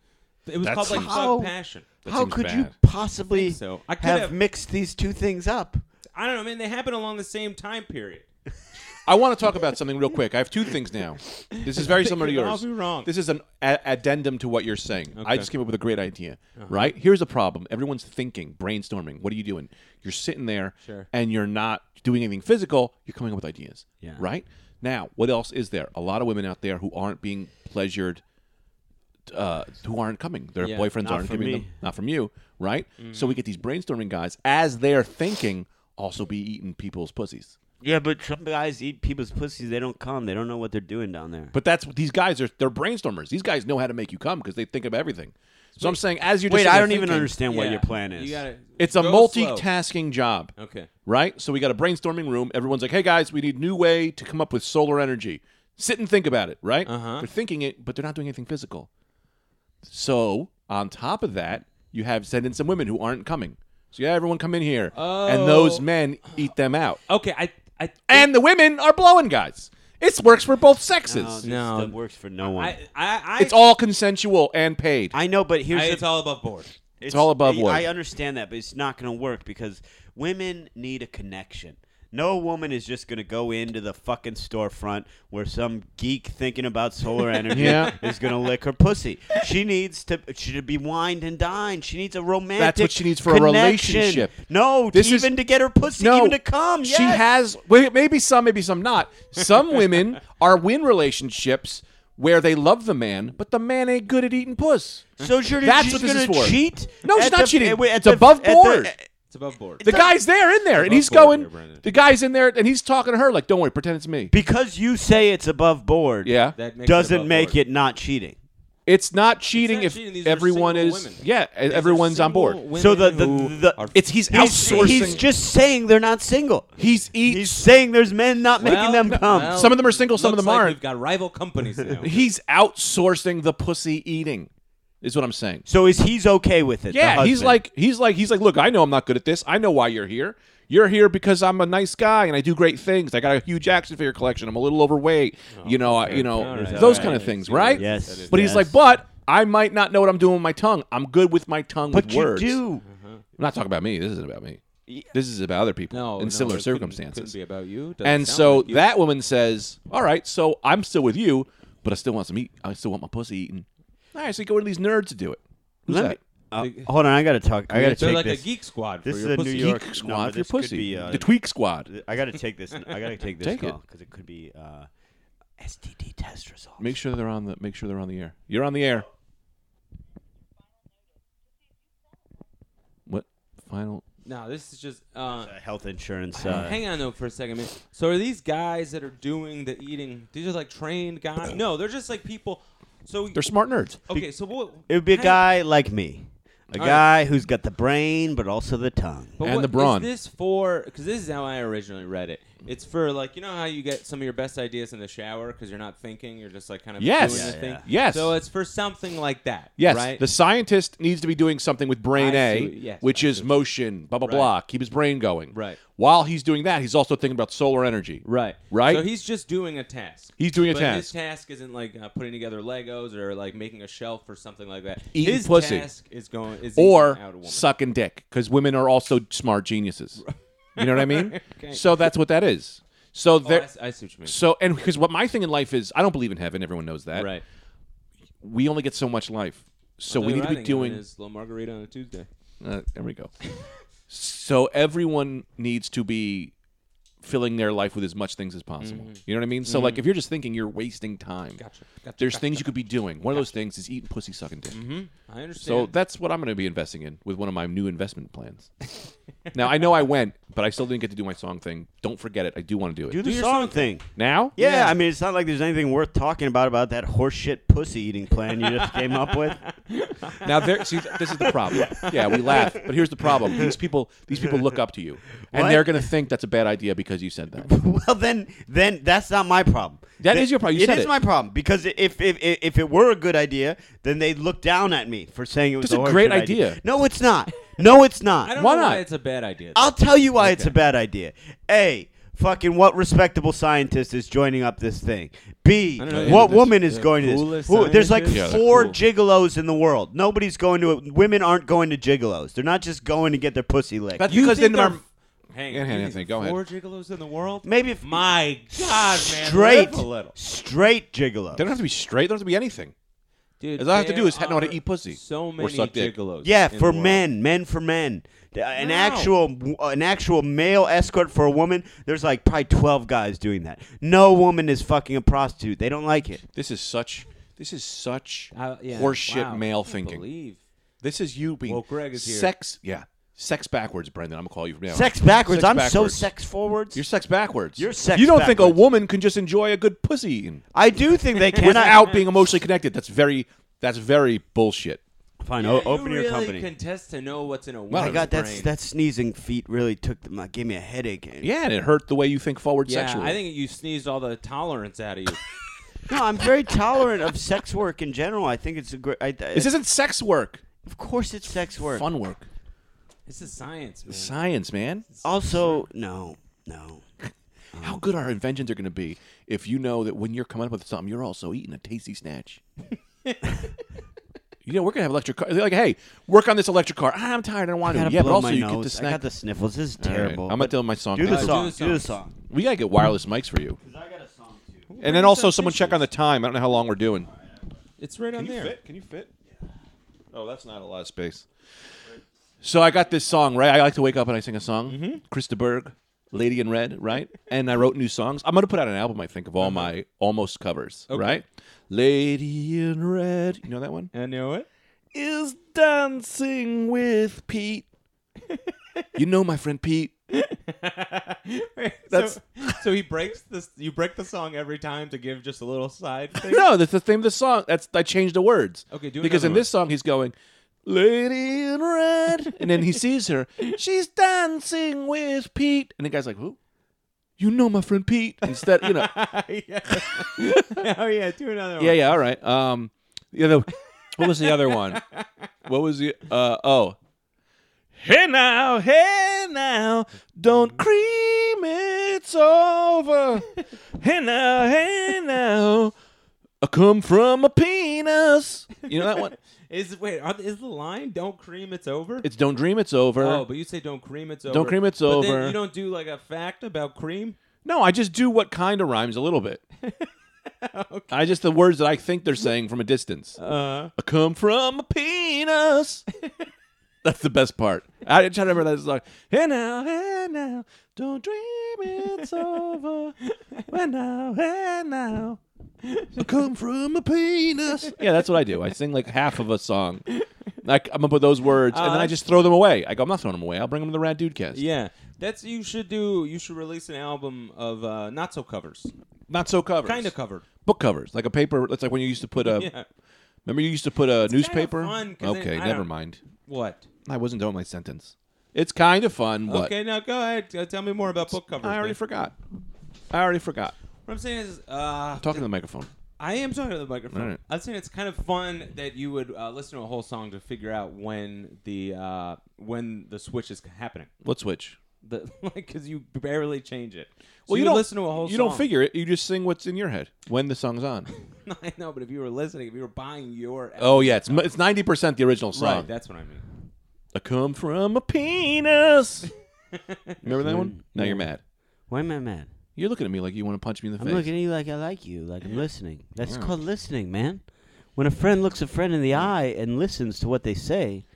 It was That's called like like- How- Thug Passion. That How seems could bad. you possibly think so. I could have, have- mixed these two things up? I don't know, man. They happen along the same time period. I want to talk about something real quick. I have two things now. This is <laughs> very similar to could all yours. be wrong. This is an a- addendum to what you're saying. Okay. Uh-huh. I just came up with a great idea. Right? Here's a problem. Everyone's thinking, brainstorming. What are you doing? You're sitting there Sure. and you're not doing anything physical. You're coming up with ideas. Yeah. Right? Now, what else is there? A lot of women out there who aren't being pleasured uh, who aren't coming. Their Yeah, boyfriends not aren't from giving me. them. Not from you, right? So Mm-hmm. we get these brainstorming guys as they're thinking also be eating people's pussies. Yeah, but some guys eat people's pussies. They don't come. They don't know what they're doing down there. But that's what these guys are. They're brainstormers. These guys know how to make you come because they think of everything. So I'm saying, as you Wait, just I were don't even thinking, understand what Yeah. your plan is. You gotta- It's a go slow. multitasking job. Okay. right? So we got a brainstorming room. Everyone's like, "Hey guys, we need new way to come up with solar energy. Sit and think about it." Right? Uh-huh. They're thinking it, but they're not doing anything physical. So on top of that, you have send in some women who aren't coming. So yeah, everyone come in here, and those Oh. men eat them out, Okay. I. I. and the women are blowing guys. It works for both sexes. No, this No. stuff works for no one. I. I, I. I it's all consensual and paid. know, but here's I- the it's all above board. It's, all above I- one. I understand that, but it's not going to work because women need a connection. No woman is just going to go into the fucking storefront where some geek thinking about <laughs> solar energy Yeah. is going to lick her pussy. She needs to she should be wined and dined. She needs a romantic. she needs for a connection. relationship. No, This to is- even to get her pussy, even to come. She yes. has well, maybe some, maybe some not. <laughs> Some women are win relationships where they love the man, but the man ain't good at eating puss. So you're, That's she's what this gonna is for. cheat? No, she's at not the- cheating. at the- It's above at the- board. It's above board. The guy's there in there, and he's board going. here, Brandon. the guy's in there, and he's talking to her like, "Don't worry, pretend it's me." because you say it's above board. Yeah, That makes it doesn't above make board. it not cheating. it's not cheating not if cheating, these are everyone is. single women. Yeah, e- These are everyone's on board. single So the- women the- who the- are- It's he's He's, outsourcing. he's just saying they're not single. he's eats. He's saying there's men not making Well, them come. well, Some of them are single, some of looks them like aren't. We've got rival companies now. he's outsourcing the pussy eating. Is what I'm saying. so is he's okay with it? the Yeah, he's husband? like he's like he's like, look, I know I'm not good at this. I know why you're here. You're here because I'm a nice guy and I do great things. I got a huge action figure collection. I'm a little overweight. you know, I, uh, you know All right. those All kind of right. things, right? Yes, But he's yes. like, but I might not know what I'm doing with my tongue. I'm good with my tongue but with you words. do. I'm not talking about me. This isn't about me. This is about other people no, in no, similar it couldn't- circumstances. Couldn't be about you. Doesn't and sound so like you. that woman says, "All right, so I'm still with you, but I still want some eat. I still want my pussy eaten." All right, so you go to these nerds to do it. Who's Let that? me- Uh, hold on, I gotta talk. I gotta they're take like this. a geek squad. This for is your a New pussy. York- Geek No, squad but for your this could pussy. be, uh, the tweak squad. I gotta take this. I gotta take this Take it. call because it could be uh, STD test results. Make sure they're on the. Make sure they're on the air. You're on the air. What final? No, this is just. Uh, Uh, health insurance. Uh, Uh, Hang on though for a second, man. So are these guys that are doing the eating? These are like trained guys? No, they're just like people. So They're smart nerds. okay, so what? it would be a hang- guy like me, a All guy who's got the brain but also the tongue. but and what the brawn. Is this for? Because this is how I originally read it. It's for like you know how you get some of your best ideas in the shower because you're not thinking, you're just like kind of Yes. doing the Yeah, thing. yeah. Yes. So it's for something like that. Yes, Right. the scientist needs to be doing something with brain I A, see what- yes, which I is motion, blah blah blah, keep his brain going. Right. While he's doing that, he's also thinking about solar energy. Right. Right? So he's just doing a task. He's doing a but task. His task isn't like uh, putting together Legos or like making a shelf or something like that. Eating his pussy. task is going is or eating out a woman. sucking dick because women are also smart geniuses. You know what I mean? <laughs> Okay. So that's what that is. So Oh, I, there. s- I see what you mean. so and because what my thing in life is, I don't believe in heaven. Everyone knows that. Right. We only get so much life, so Another we need to be writing doing. on his little margarita on a Tuesday. Uh, there we go. so everyone needs to be filling their life with as much things as possible. Mm-hmm. You know what I mean? So like if you're just thinking you're wasting time, Gotcha. Gotcha. there's gotcha. things you could be doing. One of those things is eating Mm. pussy, sucking dick. I understand. So that's what I'm going to be investing in with one of my new investment plans. now I know I went, but I still didn't get to do my song thing. Don't forget it. I do want to do it Do the your song song thing. now. Yeah, I mean, it's not like there's anything worth talking about about that horseshit pussy eating plan you just came up <laughs> with. Now there, see, this is the problem. Yeah, we laugh, but here's the problem: these people, these people look up to you, and What? they're going to think that's a bad idea because you said that. Well, then, then that's not my problem. That That is is your problem. You It said is it. my problem because if if, if if it were a good idea, then they'd look down at me for saying it was That's a horseshit great idea. No, it's not. No, it's not. I don't why know why not? it's a bad idea. I'll tell you why it's a bad idea. A. Fucking what respectable scientist is joining up this thing? B. I don't know. What Yeah, woman is the going to this? coolest Who- there's like scientist? Yeah, they're four cool. gigolos in the world. Nobody's going to it. Women aren't going to gigolos. They're not just going to get their pussy licked. That's You because think then our, they're- Hang Yeah, on. hang on, You Anthony, think go ahead. Four gigolos in the world. Maybe if My God, man. straight, live a little. straight gigolo. they don't have to be straight. They don't have to be anything. Dude, All I have to there do is know how to are eat pussy So or many suck dick. gigolos. Yeah, in the for world. men, men for men. Uh, An No. actual, uh, an actual male escort for a woman. There's like probably twelve guys doing that. No woman is fucking a prostitute. They don't like it. This is such. This is such Uh, yeah. horseshit wow, I male can't thinking. Believe. This is you being Well, Greg is here. sex. Yeah, sex backwards, Brendan. I'm gonna call you from now. on. Sex backwards. Sex I'm so backwards. sex forwards. You're sex backwards. You're sex You don't think a backwards. woman can just enjoy a good pussy eating I do think they cannot. without being emotionally connected? That's very. That's very bullshit. Fine, Yeah, o- you open your really company. can test to know what's in a My woman's God, that's brain. that sneezing feat really took the, my, gave me a headache. Yeah, and it hurt the way you think forward yeah. sexually. I think you sneezed all the tolerance out of you. No, I'm very tolerant of sex work in general. I think it's a great. I, I, this isn't sex work. of course, it's sex work. Fun work. this is science, man. Science, man. Also, no, no. How good our inventions are going to be if you know that when you're coming up with something, you're also eating a tasty snatch. you know, we're going to have electric car. They're like, hey, work on this electric car. "Ah, I'm tired. I don't want to. Gotta Yeah, but blow also my you nose. get the I snack. got the sniffles. This is All right, terrible. I'm but not doing my song. do now. the do song. the Do the song. song. We got to get wireless mics for you. I got a song too. And then also, someone check on the time. I don't know how long we're doing. It's right on there. Can you fit? Oh, that's not a lot of space. So I got this song, right? I like to wake up and I sing a song. Krista Berg, Lady in Red, right? And I wrote new songs. I'm gonna put out an album, I think, of all my almost covers, right? Lady in Red, you know that one? I know it. Is dancing with Pete. <laughs> you know my friend Pete. That's so, so he breaks this. You break the song every time to give just a little <laughs> side thing. No, that's the theme of the song. That's I changed the words. Okay, do because another in this song he's going, "Lady in red," and then he sees her. She's dancing with Pete, and the guy's like, "Who? You know my friend Pete?" Instead, you know, <laughs> <laughs> yeah. oh yeah, do another one. yeah, yeah, all right. Um, you know, what was the other one? What was the uh oh? Hey now, hey now, don't cream, it's over. Hey now, hey now, I come from a penis. You know that <laughs> one? Is wait are, is the line "Don't cream, it's over"? It's don't dream, it's over. oh, but you say "Don't cream, it's over." Don't cream, it's but over. Then you don't do like a fact about cream. no, I just do what kind of rhymes a little <laughs> bit. I just the words that I think they're saying from a distance. Uh, I come from a penis. <laughs> That's the best part. I try to remember that song. And now, and now, don't dream it's over. And now, and now, I come from a penis. Yeah, that's what I do. I sing like half of a song. Like I'm up with those words, and then I Uh, just throw them away. I go, I'm not throwing them away. I'll bring them to the Rad Dudecast. yeah, that's you should do. You should release an album of uh, not so covers, not so covers. kind of covered. book covers, like a paper. That's like when you used to put a. Yeah. Remember, you used to put a newspaper. fun 'cause then okay, I never don't- mind. What? I wasn't done with my sentence. It's kind of fun. What? Okay, now go ahead. Uh, tell me more about book covers. I already man. forgot. I already forgot. what I'm saying is, uh, Talking to the microphone. I am talking to the microphone. All right. I'm saying it's kind of fun that you would uh, listen to a whole song to figure out when the uh, when the switch is happening. What switch? The, <laughs> like because you barely change it. So Well, you, would don't listen to a whole. You song. don't figure it. You just sing what's in your head when the song's on. <laughs> I know, but if you were listening, if you were buying your. <laughs> oh yeah, it's it's ninety percent the original song. Right, that's what I mean. I come from a penis. Remember that one? Now you're mad. Why am I mad? You're looking at me like you want to punch me in the I'm face. looking at you like I like you, like I'm listening. That's called listening, man. When a friend looks a friend in the eye and listens to what they say,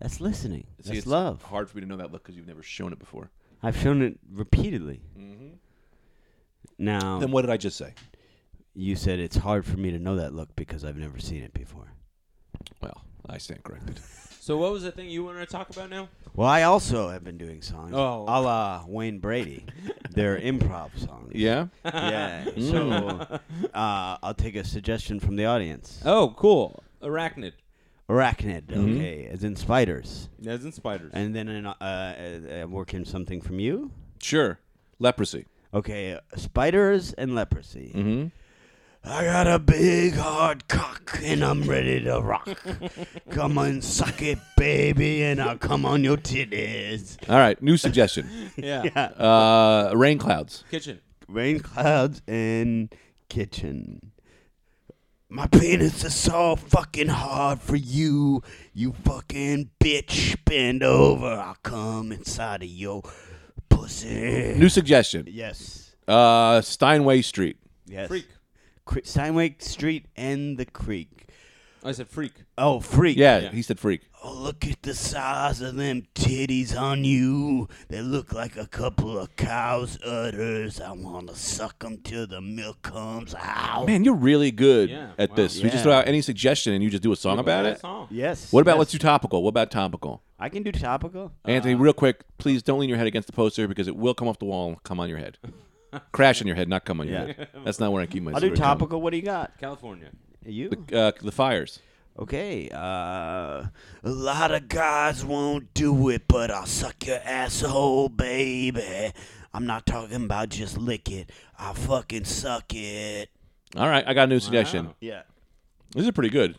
that's listening. See, that's it's love. Hard for me to know that look because you've never shown it before. I've shown it repeatedly. Mm-hmm. Now Then what did I just say? you said it's hard for me to know that look because I've never seen it before. Well, I stand corrected. So what was the thing you wanted to talk about now? Well, I also have been doing songs, Oh. a la Wayne Brady. <laughs> They're improv songs. yeah. <laughs> Mm. yeah. So uh, I'll take a suggestion from the audience. Oh, cool. Arachnid, Arachnid, Mm-hmm. okay, as in spiders. as in spiders. And then an, uh, uh, uh, work in something from you. Sure. Leprosy. Okay, uh, spiders and leprosy. Mm-hmm. I got a big hard cock and I'm ready to rock. come on, suck it, baby, and I'll come on your titties. All right. New suggestion. <laughs> yeah. uh, rain clouds. Kitchen. Rain clouds and kitchen. My penis is so fucking hard for you, you fucking bitch. Bend over, I'll come inside of your pussy. New suggestion. Yes, Uh, Steinway Street. yes. Freak. Cre- Steinway Street and the creek. I said freak. Oh, freak. Yeah, he said freak. Oh, look at the size of them titties on you. They look like a couple of cow's udders. I want to suck them till the milk comes out. Man, you're really good Yeah, at wow. this. We just Yeah. throw out any suggestion and you just do a song about That it. song. Yes. What about let's do topical? What about topical? I can do topical. Uh, Anthony, real quick, please don't lean your head against the poster because it will come off the wall and come on <laughs> your head. Crash on your head, not come on your Yeah. head. That's not where I keep my I'll do story going. topical. What do you got? California. You? Uh, the fires. Okay. Uh, a lot of guys won't do it, but I'll suck your asshole, baby. I'm not talking about just lick it. I'll fucking suck it. All right, I got a new suggestion. Wow. Yeah. These are pretty good.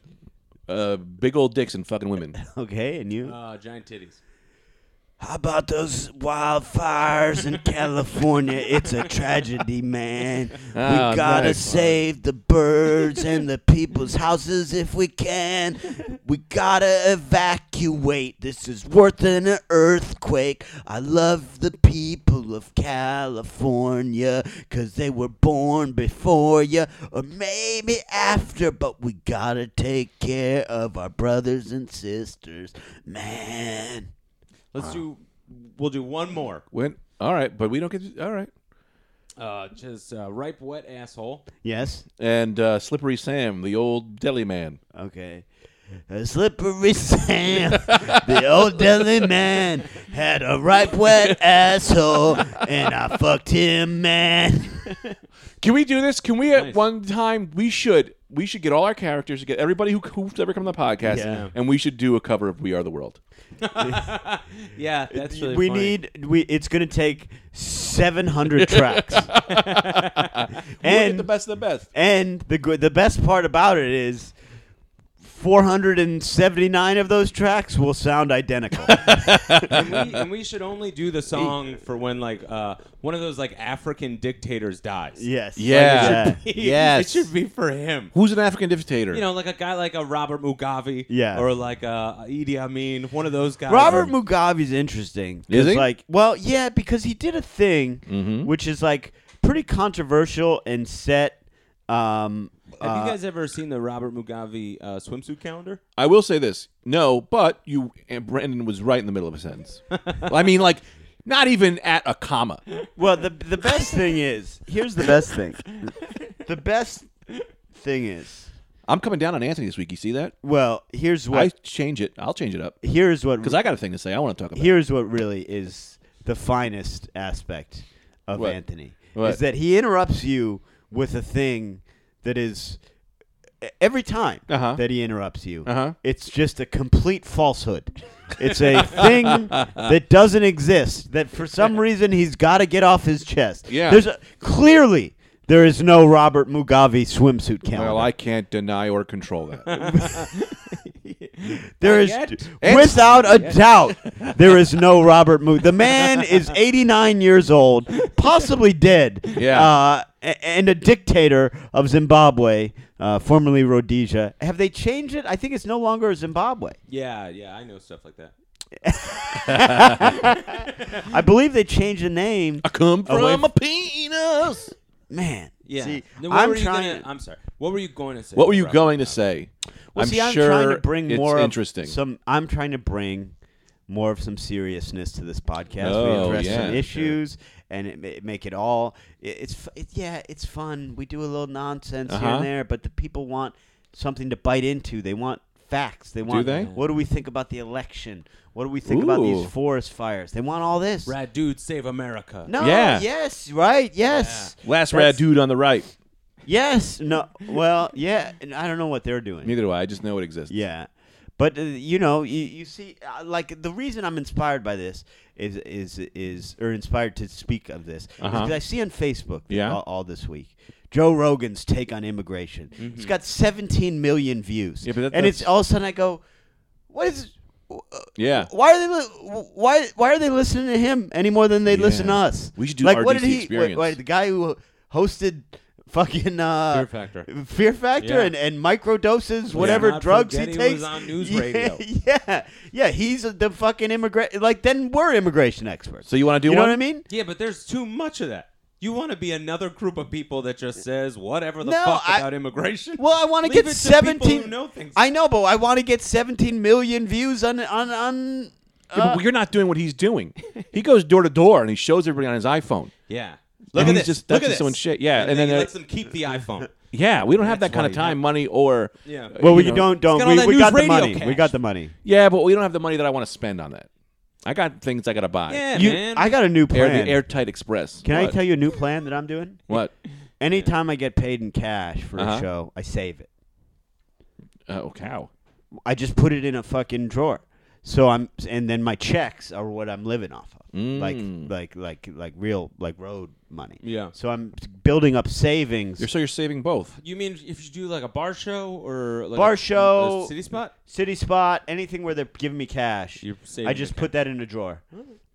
Uh, big old dicks and fucking women. <laughs> Okay, and you? Uh, giant titties. How about those wildfires in California? It's a tragedy, man. Ah, we gotta nice. save the birds and the people's houses if we can. We gotta evacuate. This is worse than an earthquake. I love the people of California because they were born before you or maybe after, but we gotta take care of our brothers and sisters, man. Let's do. We'll do one more. When? All right, but we don't get. All right. Uh, just uh, ripe wet asshole. Yes. And uh, Slippery Sam, the old deli man. Okay. A slippery <laughs> Sam, the old deli man, had a ripe wet asshole, and I fucked him, man. Can we do this? Can we at Nice. one time? We should. We should get all our characters, get everybody who, who's ever come on the podcast, Yeah. and we should do a cover of "We Are the World." <laughs> Yeah, <laughs> that's really we funny. need we. It's gonna take seven <laughs> hundred tracks, We'll get and the best of the best. and the good the best part about it is. 479 of those tracks will sound <laughs> identical. and, we, and we should only do the song for when like uh, one of those like African dictators dies. yes. Yeah. Yeah. <laughs> it should be for him. Who's an African dictator? You know, like a guy like a Robert Mugabe. Yeah. Or like a Idi Amin, one of those guys. Robert Mugabe's interesting. 'cause, Is he? Like, well, yeah, because he did a thing which is like pretty controversial and set. Um, Have uh, you guys ever seen the Robert Mugabe uh, swimsuit calendar? I will say this. No, but you and Brandon was right in the middle of a sentence. I mean, like, not even at a comma. well, the the best thing is <laughs> here's the best thing. The best thing is I'm coming down on Anthony this week. You see that? well, here's I what change it. I'll change it up here's what because I got a thing to say. I want to talk about. here's what really is the finest aspect of What? Anthony What? is that he interrupts you with a thing that is e, every time Uh-huh. that he interrupts you. Uh-huh. It's just a complete falsehood. It's a thing <laughs> that doesn't exist that for some reason he's got to get off his chest. Yeah. There's a, clearly there is no Robert Mugabe swimsuit calendar. Well, I can't deny or control that. There is, yet. without a <laughs> doubt, there is no Robert Mood. The man is 89 years old, possibly dead, Yeah. uh, a- and a dictator of Zimbabwe, uh, formerly Rhodesia. Have they changed it? I think it's no longer Zimbabwe. <laughs> Yeah, yeah, I know stuff like that. I believe they changed the name. I come Away from f- a penis. Man, Yeah. see, Then what I'm were you trying. gonna- I'm sorry. What were you going to say? What were you Robert going to Mugabe? say? Well, I'm see, I'm sure trying to bring it's more of interesting. some. I'm trying to bring more of some seriousness to this podcast. we Oh, address yeah, some sure. issues and it, ma- make it all. It, it's f- it, yeah, it's fun. We do a little nonsense here Uh-huh. and there, but the people want something to bite into. They want facts. They want. they? What do we think about the election? What do we think about Ooh. these forest fires? They want all this. Rad dude, save America. No. Yeah. Yes. Right. Yes. Last That's- rad dude on the right. Yes. No. Well. Yeah. And I don't know what they're doing. Neither do I. I just know it exists. Yeah, but uh, you know, you, you see, uh, like the reason I'm inspired by this is is is or inspired to speak of this Uh-huh. because I see on Facebook Yeah. all, all this week. Joe Rogan's take on immigration. It's got 17 million views, Mm-hmm. Yeah, but that- and it's that's- all of a sudden I go, "What is? uh, Yeah. Why are they? Li- why why are they listening to him any more than they listen to Yeah. us? We should do like what RDC did he? Wait, experience. wait, the guy who hosted fucking uh, Fear Factor. Fear Factor Yeah. and, and microdoses, whatever not drugs he forget he takes. <laughs> was on news yeah, radio. Yeah, yeah, he's the fucking immigrant. Like then we're immigration experts. So you want to do you know one? what I mean? Yeah, but there's too much of that. You want to be another group of people that just says whatever the No, fuck I- about immigration. Well, I want to Leave get it to people who seventeen. know things. I know, but I want to get seventeen million views on on on. Yeah, but you're not doing what he's doing. he goes door to door and he shows everybody on his iPhone. yeah. Look at And he's this. just- that's Look at just this. someone shit. Yeah, And, and then, then he they- lets them keep the <laughs> iPhone. Yeah, we don't have that kind of why you time, money, or Yeah. uh, Well, we you know- don't got don't all we, that we news got the radio money. We cash. got the money. Yeah, but we don't have the money that I want to spend on that. I got things I gotta buy. Yeah, You- man. I got a new Air, plan. the airtight express. Can what? I tell you a new plan that I'm doing? what? Anytime I get paid in cash for Uh-huh. a show, I save it. Oh, cow. I just put it in a fucking drawer. So I'm, and then my checks are what I'm living off of, Mm. like like like like real like road money. Yeah. So I'm building up savings. You're, so you're saving both. You mean if you do like a bar show or like Bar a- a show. city spot? City spot, anything where they're giving me cash. You're saving I just your put that in a drawer.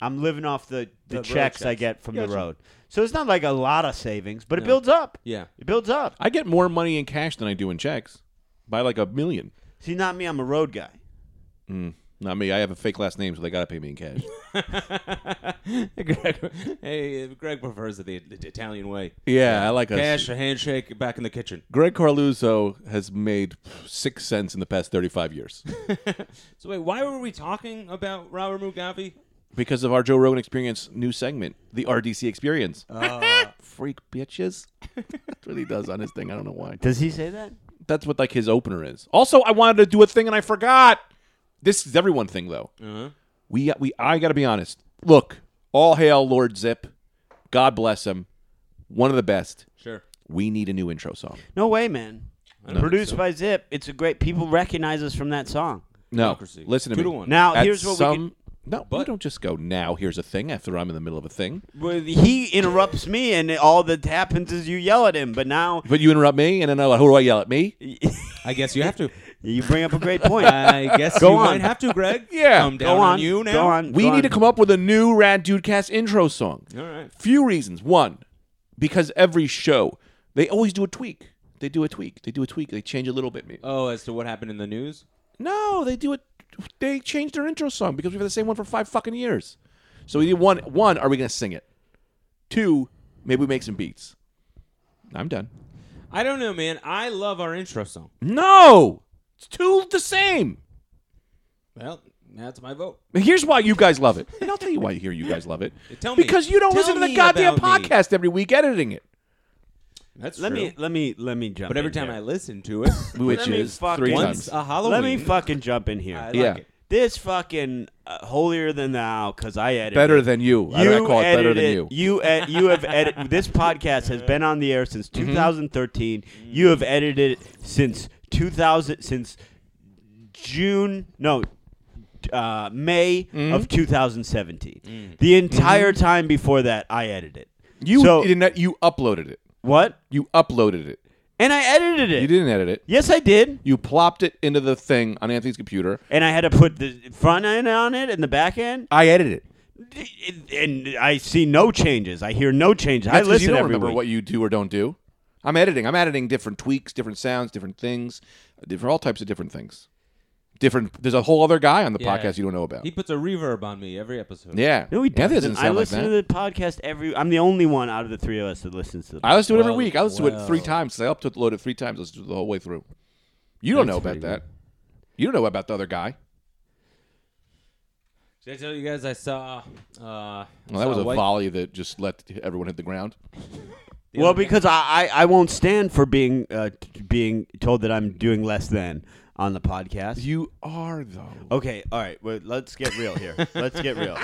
I'm living off the, the, road checks, I checks. get from the Gotcha. road. So it's not like a lot of savings, but it No. builds up. Yeah. <laughs> It builds up. I get more money in cash than I do in checks by like a million. See, not me. I'm a road guy. Not me. I have a fake last name, so they got to pay me in cash. Greg, hey, Greg prefers it the, the Italian way. <laughs> yeah, I like a Cash, a handshake, back in the kitchen. <laughs> Greg Carluzzo has made six cents in the past 35 years So wait, why were we talking about Robert Mugabe? because of our Joe Rogan Experience new segment, the RDC Experience. Ah. <laughs> Freak bitches. <laughs> That's what he does on his thing. I don't know why. Does he say that? That's what like his opener is. Also, I wanted to do a thing and I forgot. This is everyone thing though. Uh-huh. We uh, we I got to be honest. Look, all hail Lord Zip. God bless him. One of the best. Sure. We need a new intro song. No way, man. Produced by Zip. It's a great. People recognize us from that song. No, Democracy. listen to Two to me. one. Now, At Um, here's what we some, No, but But- don't just go now. Here's a thing. After I'm in the middle of a thing, could. He interrupts me, and all that happens is you yell at him. But now but you interrupt me, and then I, who do I yell at? Me? I guess you have to. you bring up a great <laughs> point. I guess Go you on. might have to, Greg. <laughs> Yeah. Come Go down go on. you now. Go on. We go need on. to come up with a new Rad Dudecast intro song. All right. Few reasons. One, because every show they always do a tweak. They do a tweak. They do a tweak. They change a little bit. Maybe. Oh, as to what happened in the news? No, they do it. They changed their intro song because we've had the same one for five fucking years. So we need one. One, are we gonna sing it? Two, maybe we make some beats. I'm done. I don't know, man. I love our intro song. No, it's two the same. Well, that's my vote. Here's why you guys love it. And I'll tell you why here you guys love it. Tell me. Because you don't Tell listen to the me goddamn about me. podcast every week editing it. That's Let true. me let me let me jump. but in every time here. I listen to it, <laughs> Which me is fucking- three once times. a Halloween, let me fucking jump in here. I like Yeah. it. this fucking uh, holier than thou because I edited Better than you. I don't call it better than you. You ed- you <laughs> have edited. This podcast has been on the air since Mm-hmm. 2013. You have edited it since 2000 since June. No. Uh, May Mm-hmm. of 2017. The entire time before that, I edited. You so, did not, you uploaded it. what? You uploaded it. And I edited it. You didn't edit it. Yes, I did. You plopped it into the thing on Anthony's computer. And I had to put the front end on it and the back end. I edited it. and I see no changes. I hear no changes. I That's 'cause listen you don't every remember week. what you do or don't do. I'm editing. I'm editing different tweaks, different sounds, different things, different all types of different things. Different. There's a whole other guy on the Yeah. podcast you don't know about. He puts a reverb on me every episode. yeah. no, he Anthony doesn't. doesn't I sound like listen to that. the podcast every. I'm the only one out of the three of us that listens to. The, I listen to it every Well, week. I listen to it three well. times. 'cause I upload it three times. I listen to it the whole way through. You don't know about that. You don't know about the other guy. Did I tell you guys I saw? Uh, well, Well, that was a volley that just let everyone hit the ground. well, because I, I I won't stand for being uh, t- being told that I'm doing less than on the podcast. You are though. okay, all right. Well, let's get real here. let's get <laughs> real.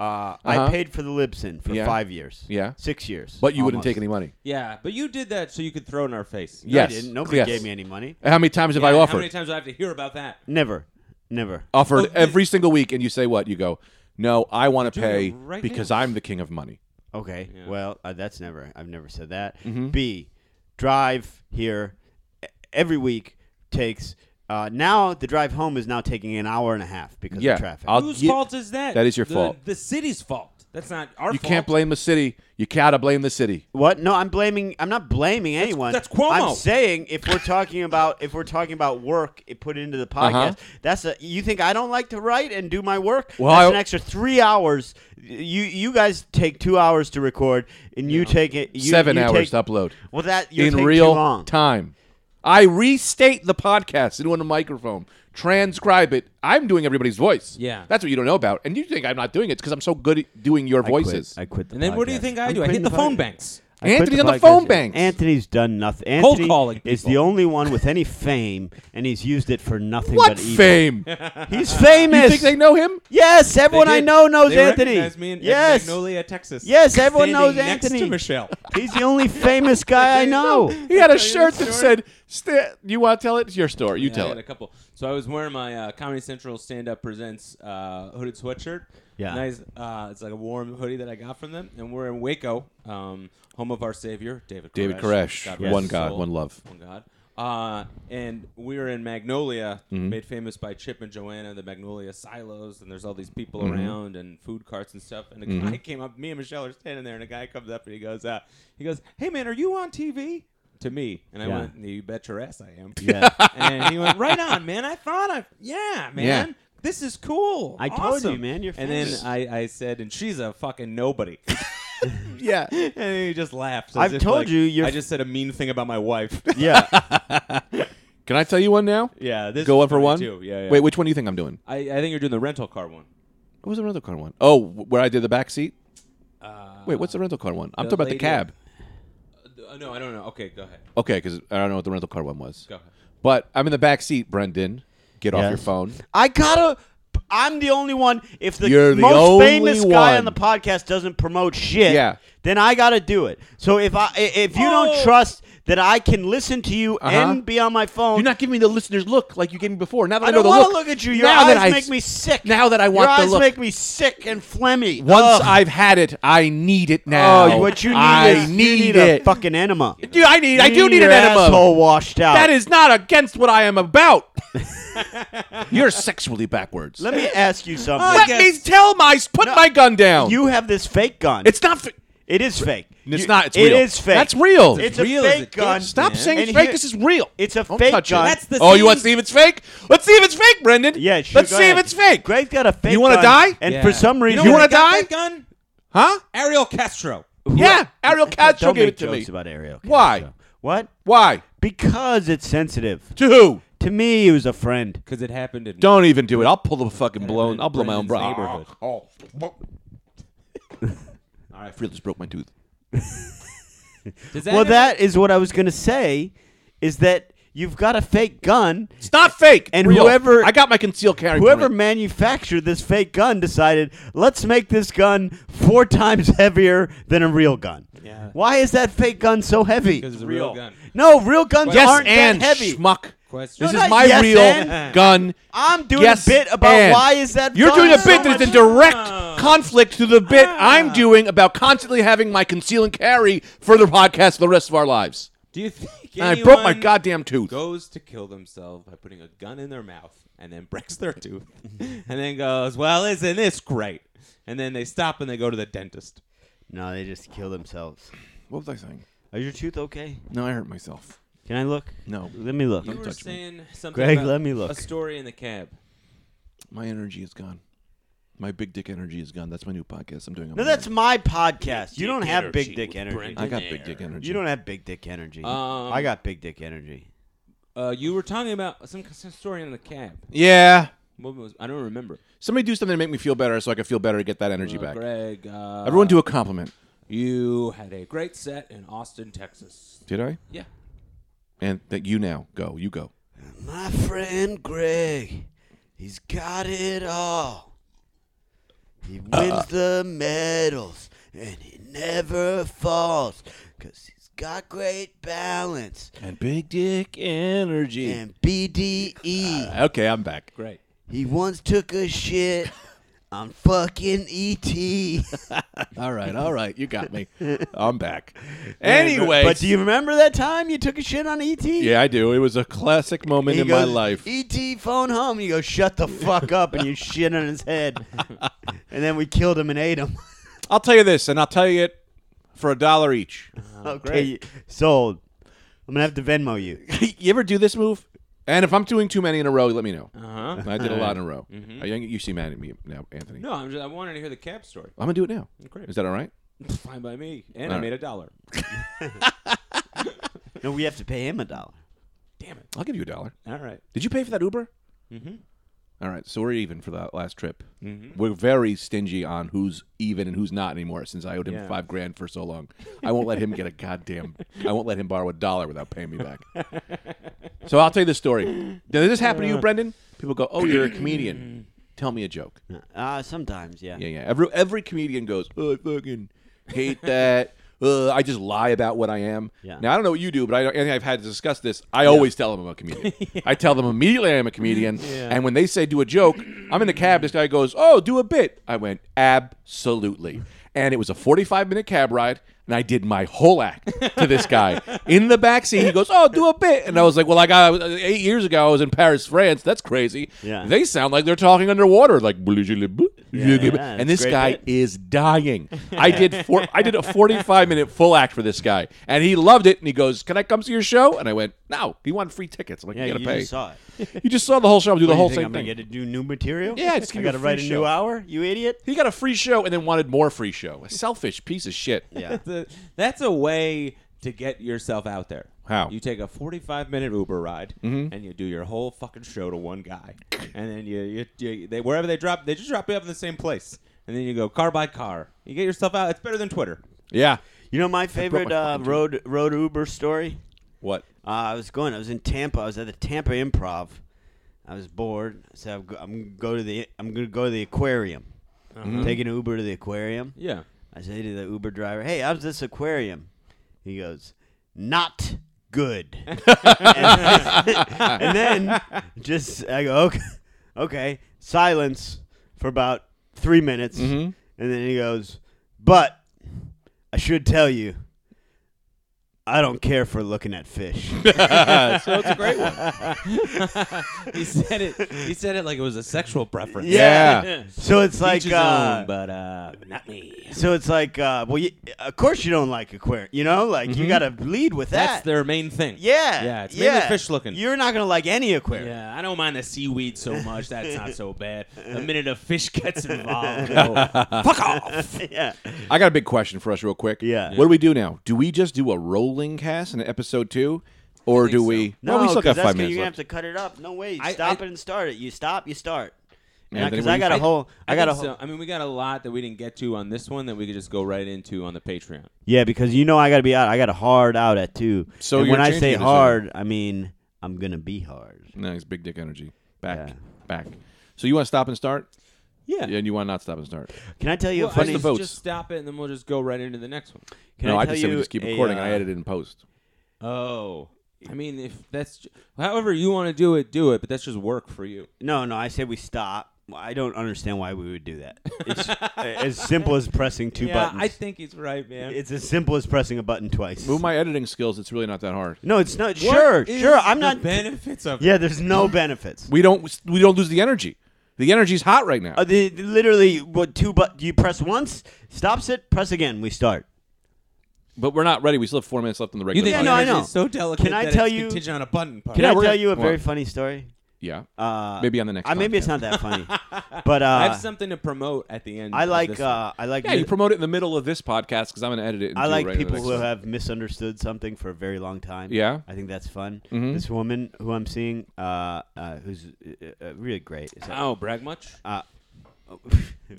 Uh, I paid for the Libsyn for Uh-huh. Yeah. five years. Yeah. six years. But you wouldn't almost. take any money. Yeah, but you did that so you could throw it in our face. I yes. didn't. Nobody Yes. gave me any money. And How many times have Yeah, I and offered? How many times do I have to hear about that? Never, never. offered every single week, and you say what? You go, no, I want to doing pay it right because now." I'm the king of money. Okay. Well, uh, that's never. I've never said that. Mm-hmm. B, drive here e- every week takes. Uh, now the drive home is now taking an hour and a half because yeah, of traffic. I'll Whose gi- fault is that? That is your The- fault. The city's fault. That's not our You fault. can't blame the city. You gotta blame the city. what? No, I'm blaming. I'm not blaming anyone. that's Cuomo. I'm saying if we're talking about if we're talking about work, it put into the podcast. Uh-huh. That's a. You think I don't like to write and do my work? Well, that's I- an extra three hours. You you guys take two hours to record, and you take it you, Seven you take- hours to upload Well, that you in take real too long. time. I restate the podcast into a microphone, transcribe it. I'm doing everybody's voice. Yeah. that's what you don't know about, and you think I'm not doing it because I'm so good at doing your voices. I quit the And then what do you podcast. think I I'm do? I hit quitting the phone podcast. banks. I quit Anthony's on the phone podcast. banks. Anthony's done nothing. Anthony Cold calling is people. the only one with any fame, and he's used it for nothing what but evil. <laughs> fame? He's you famous. think they know him? yes, everyone Oh, I did. know knows They Anthony. recognized me in at yes, <laughs> Magnolia, Texas. Yes, everyone Standing knows next Anthony. to Michelle. he's the only famous guy I know. He had tell a you shirt the that story? said Sta- you want to tell it? It's your story. You Yeah, I tell had a it. couple. So I was wearing my uh, Comedy Central Stand Up Presents uh, hooded sweatshirt. Yeah. Nice. Uh, it's like a warm hoodie that I got from them. And we're in Waco, um, home of our savior, David Koresh. David Koresh. rest One his God, soul. one love. One God. Uh, and we were in Magnolia, Mm-hmm. made famous by Chip and Joanna, the Magnolia silos, and there's all these people Mm-hmm. around and food carts and stuff. And a guy <laughs> came up, me and Michelle are standing there, and a guy comes up and he goes, uh, he goes, Hey man, are you on TV? To me. And I Yeah. went, You bet your ass I am. Yeah. <laughs> and he went, "Right on, man! I thought I, yeah, man, Yeah. this is cool. I told you, Awesome." man, you're And then famous. I, I said, "And she's a fucking nobody." <laughs> Yeah. and he just laughed. as I've if, told like, you, you're- I just said a mean thing about my <laughs> wife. yeah. Can I tell you one now? yeah, this Go is one for funny, one. Too. Yeah, yeah. Wait, which one do you think I'm doing? I, I think you're doing the rental car one. What was the rental car one? Oh, wh- where I did the back seat. Uh, Wait, what's the rental car one? I'm the talking about the lady- cab. uh, no, I don't know. Okay, go ahead. Okay, because I don't know what the rental car one was. Go ahead. But I'm in the back seat, Brendan. Get off Yes. your phone. I gotta. I'm the only one. If the, You're the most only famous guy one. on the podcast doesn't promote shit, Yeah. then I gotta do it. So if I i- if you don't trust that I can listen to you and be on my phone, You're not giving me the listener's look like you gave me before. Now that I, I don't know the want look, to look at you. Your now eyes that I make s- me sick. Now that I Your want the eyes look, make me sick and phlegmy. once Ugh. I've had it, I need it now. oh, what you need I is you need, need it. a fucking enema. Dude, I need. I do need your an enema. Asshole washed out. That is not against what I am about. <laughs> You're sexually backwards. Let, Let me ask you something. me tell my put my gun down. you have this fake gun. it's not. F- it is fake. it's You- not. It's it real. is fake. That's real. It's real a as fake it gun. gets, Stop man. saying And it's fake. here- This is real. It's a Don't fake touch it. gun. That's the oh, you want to scene- see if it's fake? Let's see if it's fake, Brendan. Yeah, sure, Let's go see ahead. if it's fake. Greg's got a fake. You wanna gun, die? And Yeah. for some know reason, You when wanna I got die? that Gun? Huh? Ariel Castro. Yeah, Ariel Castro don't gave make it to jokes me. about Ariel. Castro. Why? What? Why? Because it's sensitive. To who? To me, he was a friend. Because it happened in Don't even do it. I'll pull the fucking blown. I'll blow my own Brendan's bra. neighborhood. Oh, oh. All right, I feel just broke my tooth. Does well, ever- that is what I was gonna say. Is that you've got a fake gun? It's not fake. And Real. whoever- I got my concealed carry. Whoever permit. manufactured this fake gun decided, let's make this gun four <laughs> times heavier than a real gun. Yeah. Why is that fake gun so heavy? Because it's a real gun. No, real guns yes aren't and that heavy. schmuck. Question. This No, is not my yes real and. gun. I'm doing yes a bit about and. why is that. You're gun doing a so bit that is in much- direct Ah. conflict to the bit I'm doing about constantly having my conceal and carry for the podcast for the rest of our lives. Do you <laughs> think And I broke my anyone goddamn tooth. goes to kill themselves by putting a gun in their mouth and then <laughs> breaks their <laughs> tooth and then goes, Well, isn't this great? And then they stop and they go to the dentist. No, they just kill themselves. What was I saying? Are your tooth okay? No, I hurt myself. Can I look? No, Let me look. You were touch me. saying something Greg, about let me look. a story in the cab. my energy is gone. My big dick energy is gone. That's my new podcast I'm doing. on No, my that's own. my podcast. You don't dick have big energy dick with energy. Brent. I got big dick energy. You don't have big dick energy. Um, I got big dick energy. Uh, you were talking about some, some story in the cab. Yeah. What was I don't remember. Somebody do something to make me feel better, so I can feel better to get that energy Uh, back. Greg, uh, Everyone do a compliment. You had a great set in Austin, Texas. Did I? Yeah. And that you now go. You go. My friend Greg, he's got it all. He wins the medals and he never falls because he's got great balance And big dick energy. and BDE. okay, I'm back. Great. He once took a shit on fucking E ET. All right, all right, you got me. I'm back. Anyway, but do you remember that time you took a shit on E ET? Yeah, I do. It was a classic moment He in my goes, life. ET phone home. You go shut the fuck up, and you shit on his <laughs> head, and then we killed him and ate him. I'll tell you this, and I'll tell you it for a dollar each. <laughs> okay, sold. I'm gonna have to Venmo you. <laughs> you ever do this move? And if I'm doing too many in a row, let me know. Uh huh. I did a lot in a row. I- you seem mad at me now, Anthony. No, I'm just, I wanted to hear the cab story. I'm gonna do it now. Great. Is that all right? Fine by me. And All I right. made a dollar. No, we have to pay him a dollar. Damn it. I'll give you a dollar. All right. Did you pay for that Uber? Mm-hmm. Mhm. All right, so we're even for that last trip. We're very stingy on who's even and who's not anymore. Since I owed him Yeah. five grand for so long, I won't let him <laughs> get a goddamn. I won't let him borrow a dollar without paying me back. so I'll tell you this story. Did this happen to you, Brendan? People go, "Oh, you're a comedian. Tell me a joke." Uh, sometimes, yeah. Yeah, yeah. Every every comedian goes, "Oh, I fucking hate that." uh, I just lie about what I am. Yeah. Now I don't know what you do, but I and I've had to discuss this. I always tell them I'm a comedian. <laughs> I tell them immediately I'm a comedian. And when they say do a joke, I'm in a cab. This guy goes, "Oh, do a bit." I went, "Absolutely." And it was a 45 minute cab ride, and I did my whole act to this guy in the backseat. He goes, "Oh, do a bit," and I was like, "Well, like I was, eight years ago, I was in Paris, France. That's crazy. Yeah. They sound like they're talking underwater, like." <laughs> yeah, and it's this great guy bit. is dying. I did four, I did a 45 minute full act for this guy, and he loved it. And he goes, "Can I come to your show?" And I went, "No." He wanted free tickets. I'm like, Yeah, "You you, gotta pay." just saw it. you just saw the whole show. I'll do the What, whole you think same I'm thing. gonna get to do new material. Yeah, just give I me a gotta write a free show. new hour. You idiot. he got a free show and then wanted more free show. A selfish piece of shit. Yeah. That's a, <laughs> that's a way to get yourself out there. How? Mm-hmm. You take a 45 minute Uber ride and you do your whole fucking show to one guy. and then you, you, you they wherever they drop, they just drop you up in the same place. And then you go car by car. You get yourself out. It's better than Twitter. Yeah. You know <laughs> my favorite my uh, fucking road road Uber story. What? Uh, I was going. I was in Tampa. I was at the Tampa Improv. I was bored. I said, "I'm go- "I'm gonna go to the. I'm gonna go to the aquarium. Take an Uber to the aquarium." Yeah. I say to the Uber driver, "Hey, how's this aquarium?" He goes, "Not good." <laughs> and, and then just I go, "Okay, okay." Silence for about three minutes, and then he goes, "But I should tell you, I don't care for looking at fish." So it's a great one. he said it. He said it like it was a sexual preference. Yeah. Yeah. <laughs> so it's like, Each his uh, own, but uh, Not me. so it's like, uh, well, you, of course you don't like aquarium. You know, like Mm-hmm. you got to lead with that. that's their main thing. Yeah. Yeah. It's mainly fish looking. You're not gonna like any aquarium. Yeah, I don't mind the seaweed so much. That's not so bad. The minute a fish <laughs> gets involved, though, yeah. I got a big question for us, real quick. Yeah. What do we do now? Do we just do a rolling cast in episode two, or do we? No, we still 'cause got that's five 'cause minutes You're gonna left. have to cut it up. No way. You I- stop I- it and start it. You stop. You start. Anthony, Because what I do got you a whole. I got a. think whole. so. I mean, we got a lot that we didn't get to on this one that we could just go right into on the Patreon. Yeah, because you know I got to be out. I got a hard out at two. So and you're when I changing say it, isn't it? hard, I mean I'm gonna be hard. No, it's big dick energy. Back, Yeah. back. So you want to stop and start? Yeah. Yeah, and you want to not stop and start. Can I tell you Well, a I funny? just, votes. just stop it and then we'll just go right into the next one. Can no, I, I tell just you said we just keep a, recording. and I uh, edit it in post. Oh. I mean, if that's ju- however you want to do it, do it. But that's just work for you. No, no, I said we stop. I don't understand why we would do that. It's as simple as pressing two yeah, buttons. I think he's right, man. it's as simple as pressing a button twice. With my editing skills, it's really not that hard. No, it's not. sure, is sure. I'm the not. benefits of it? yeah, there's no benefits. We don't we don't lose the energy. The energy's hot right now. Uh, the, the- literally, what two but you press once, stops it, press again, we start. but we're not ready. We still have four minutes left on the You regular. think Yeah, podcast. no, I know. It's so delicate. Can I that tell it's you- Contingent on a button. Part. Can Yeah, I we're tell gonna- you a come very on. funny story? yeah. Uh, Maybe on the next uh, maybe it's podcast. not that funny, <laughs> but uh, I have something to promote at the end. I of like this one. uh, I like Yeah, you promote it in the middle of this podcast because I'm going to edit it. and I do it like right in the people next who one. have misunderstood something for a very long time. Yeah. I think that's fun. Mm-hmm. This woman who I'm seeing, uh, uh, who's uh, uh, really great. Is that, Oh, brag much? uh,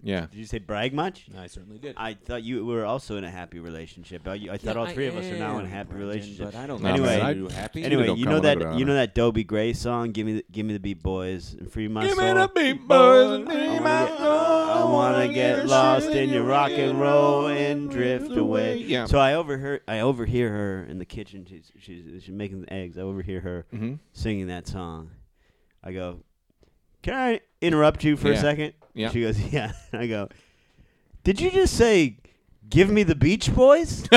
Yeah. <laughs> Did you say brag much? I certainly did. I thought you were also in a happy relationship. I, I thought Yeah, all I three of us are now in am, a happy Brendan, relationship. But I don't Nah, Anyway, man, I- you happy. Anyway, don't you come know when I go that down you there. know that Dobie Gray song, "Give Me the Give Me the Beat Boys and Free My Give Soul." me the beat, boys, I and wanna be get- my I wanna get lost in your rock and roll and drift away. Yeah. So I overheard, I overhear her in the kitchen. She's she's, she's making the eggs. I overhear her Mhm. singing that song. I go, can I interrupt you for Yeah. a second? Yeah. She goes, <laughs> yeah. I go, did you just say, give me the Beach <laughs> Boys?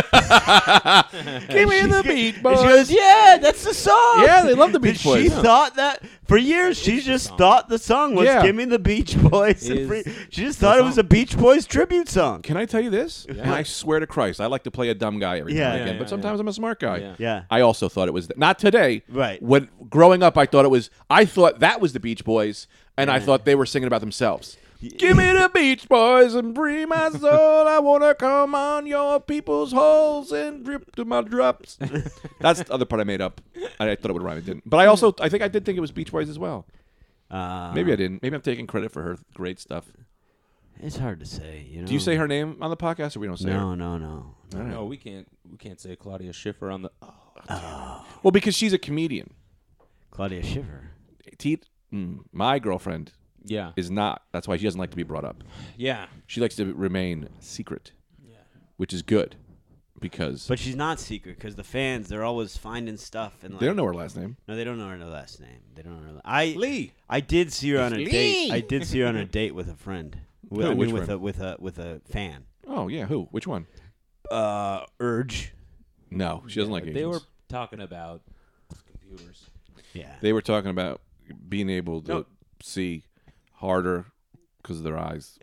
Give me the beat, boys. And she goes, yeah, that's the song. Yeah, they love the Beach And Boys. She thought that for years. She just thought the song was Yeah. "Give Me the Beach Boys." and Is free. She just thought it was song. a Beach Boys tribute song. Can I tell <laughs> you this? And I swear to Christ, I like to play a dumb guy every Yeah. now and Yeah, again, yeah, but sometimes I'm a smart guy. Yeah. Yeah. I also thought it was not today. Right. When growing up, I thought it was. I thought that was the Beach Boys, and I thought they were singing about themselves. Give me the Beach Boys and free my soul. I wanna come on your people's holes and drip to my drops. <laughs> That's the other part I made up. I, I thought it would rhyme. It didn't. But I also, I think I did think it was Beach Boys as well. Uh, Maybe I didn't. Maybe I'm taking credit for her great stuff. it's hard to say. You know. Do you say her name on the podcast, or we don't say her? No, no, no. No, Oh, we can't. We can't say Claudia Schiffer on the. Oh, Well, because she's a comedian. Claudia Shiver. Teet, mm, my girlfriend yeah. is not. That's why she doesn't like to be brought up. Yeah. She likes to remain secret, which is good because But she's not secret because the fans they're always finding stuff and like, they don't know her last name. No, they don't know her last name. They don't know her. I Lee. I did see her on a Lee. date. I did see her on <laughs> a date with a friend. With, Who? I mean, Which with friend? a with a with a fan. Oh yeah, who? Which one? Uh, urge. No, she doesn't like They agents. were talking about computers. Yeah. They were talking about being able to see harder because of their eyes.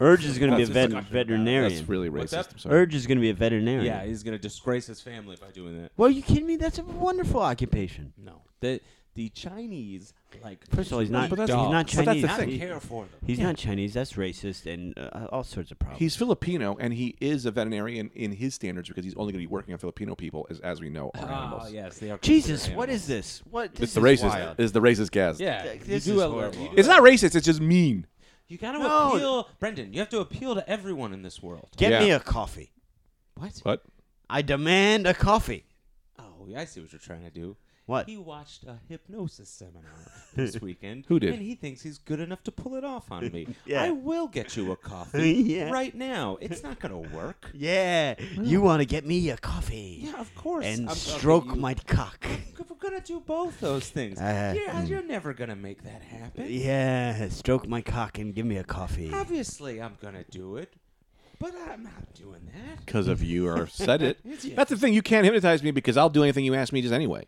Urge is going to be a That's vet- discussion about- veterinarian. Er, That's really What's racist. that? I'm sorry. Urge is going to be a veterinarian. Yeah, he's gonna disgrace his family by doing that. Well, you kidding me? That's a wonderful occupation. No, the the Chinese like First of all, he's not. But He's that's- not but that's the Chinese. thing. He- care for them. He's not Chinese. That's racist and uh, all sorts of problems. He's Filipino, and he is a veterinarian in his standards because he's only going to be working on Filipino people, as, as we know, are Oh animals. yes, they are. Jesus, computer what animals. is this? What? Ah, This It's the is racist. wild. It's the racist cast. Yeah, This you is do have- horrible. you do It's not racist. It's just mean. You gotta No. appeal, Brendan. You have to appeal to everyone in this world. Get Yeah. me a coffee. What? What? I demand a coffee. Oh, yeah, I see what you're trying to do. What? He watched a <laughs> hypnosis seminar this weekend. Who did? And he thinks he's good enough to pull it off on me. <laughs> Yeah. I will get you a <laughs> coffee Yeah. right now. It's not gonna <laughs> work. Yeah, you want to get me a coffee Yeah, of course. and I'm- okay, stroke you- my cock. We're gonna do both those <laughs> things. Uh, you're, mm. you're never gonna make that happen. Yeah, stroke my cock and give me a coffee. Ah. Obviously, I'm gonna do it, but I'm not doing that. Because of you or said <laughs> it. Yeah. That's the thing. You can't hypnotize me because I'll do anything you ask me <laughs> just anyway.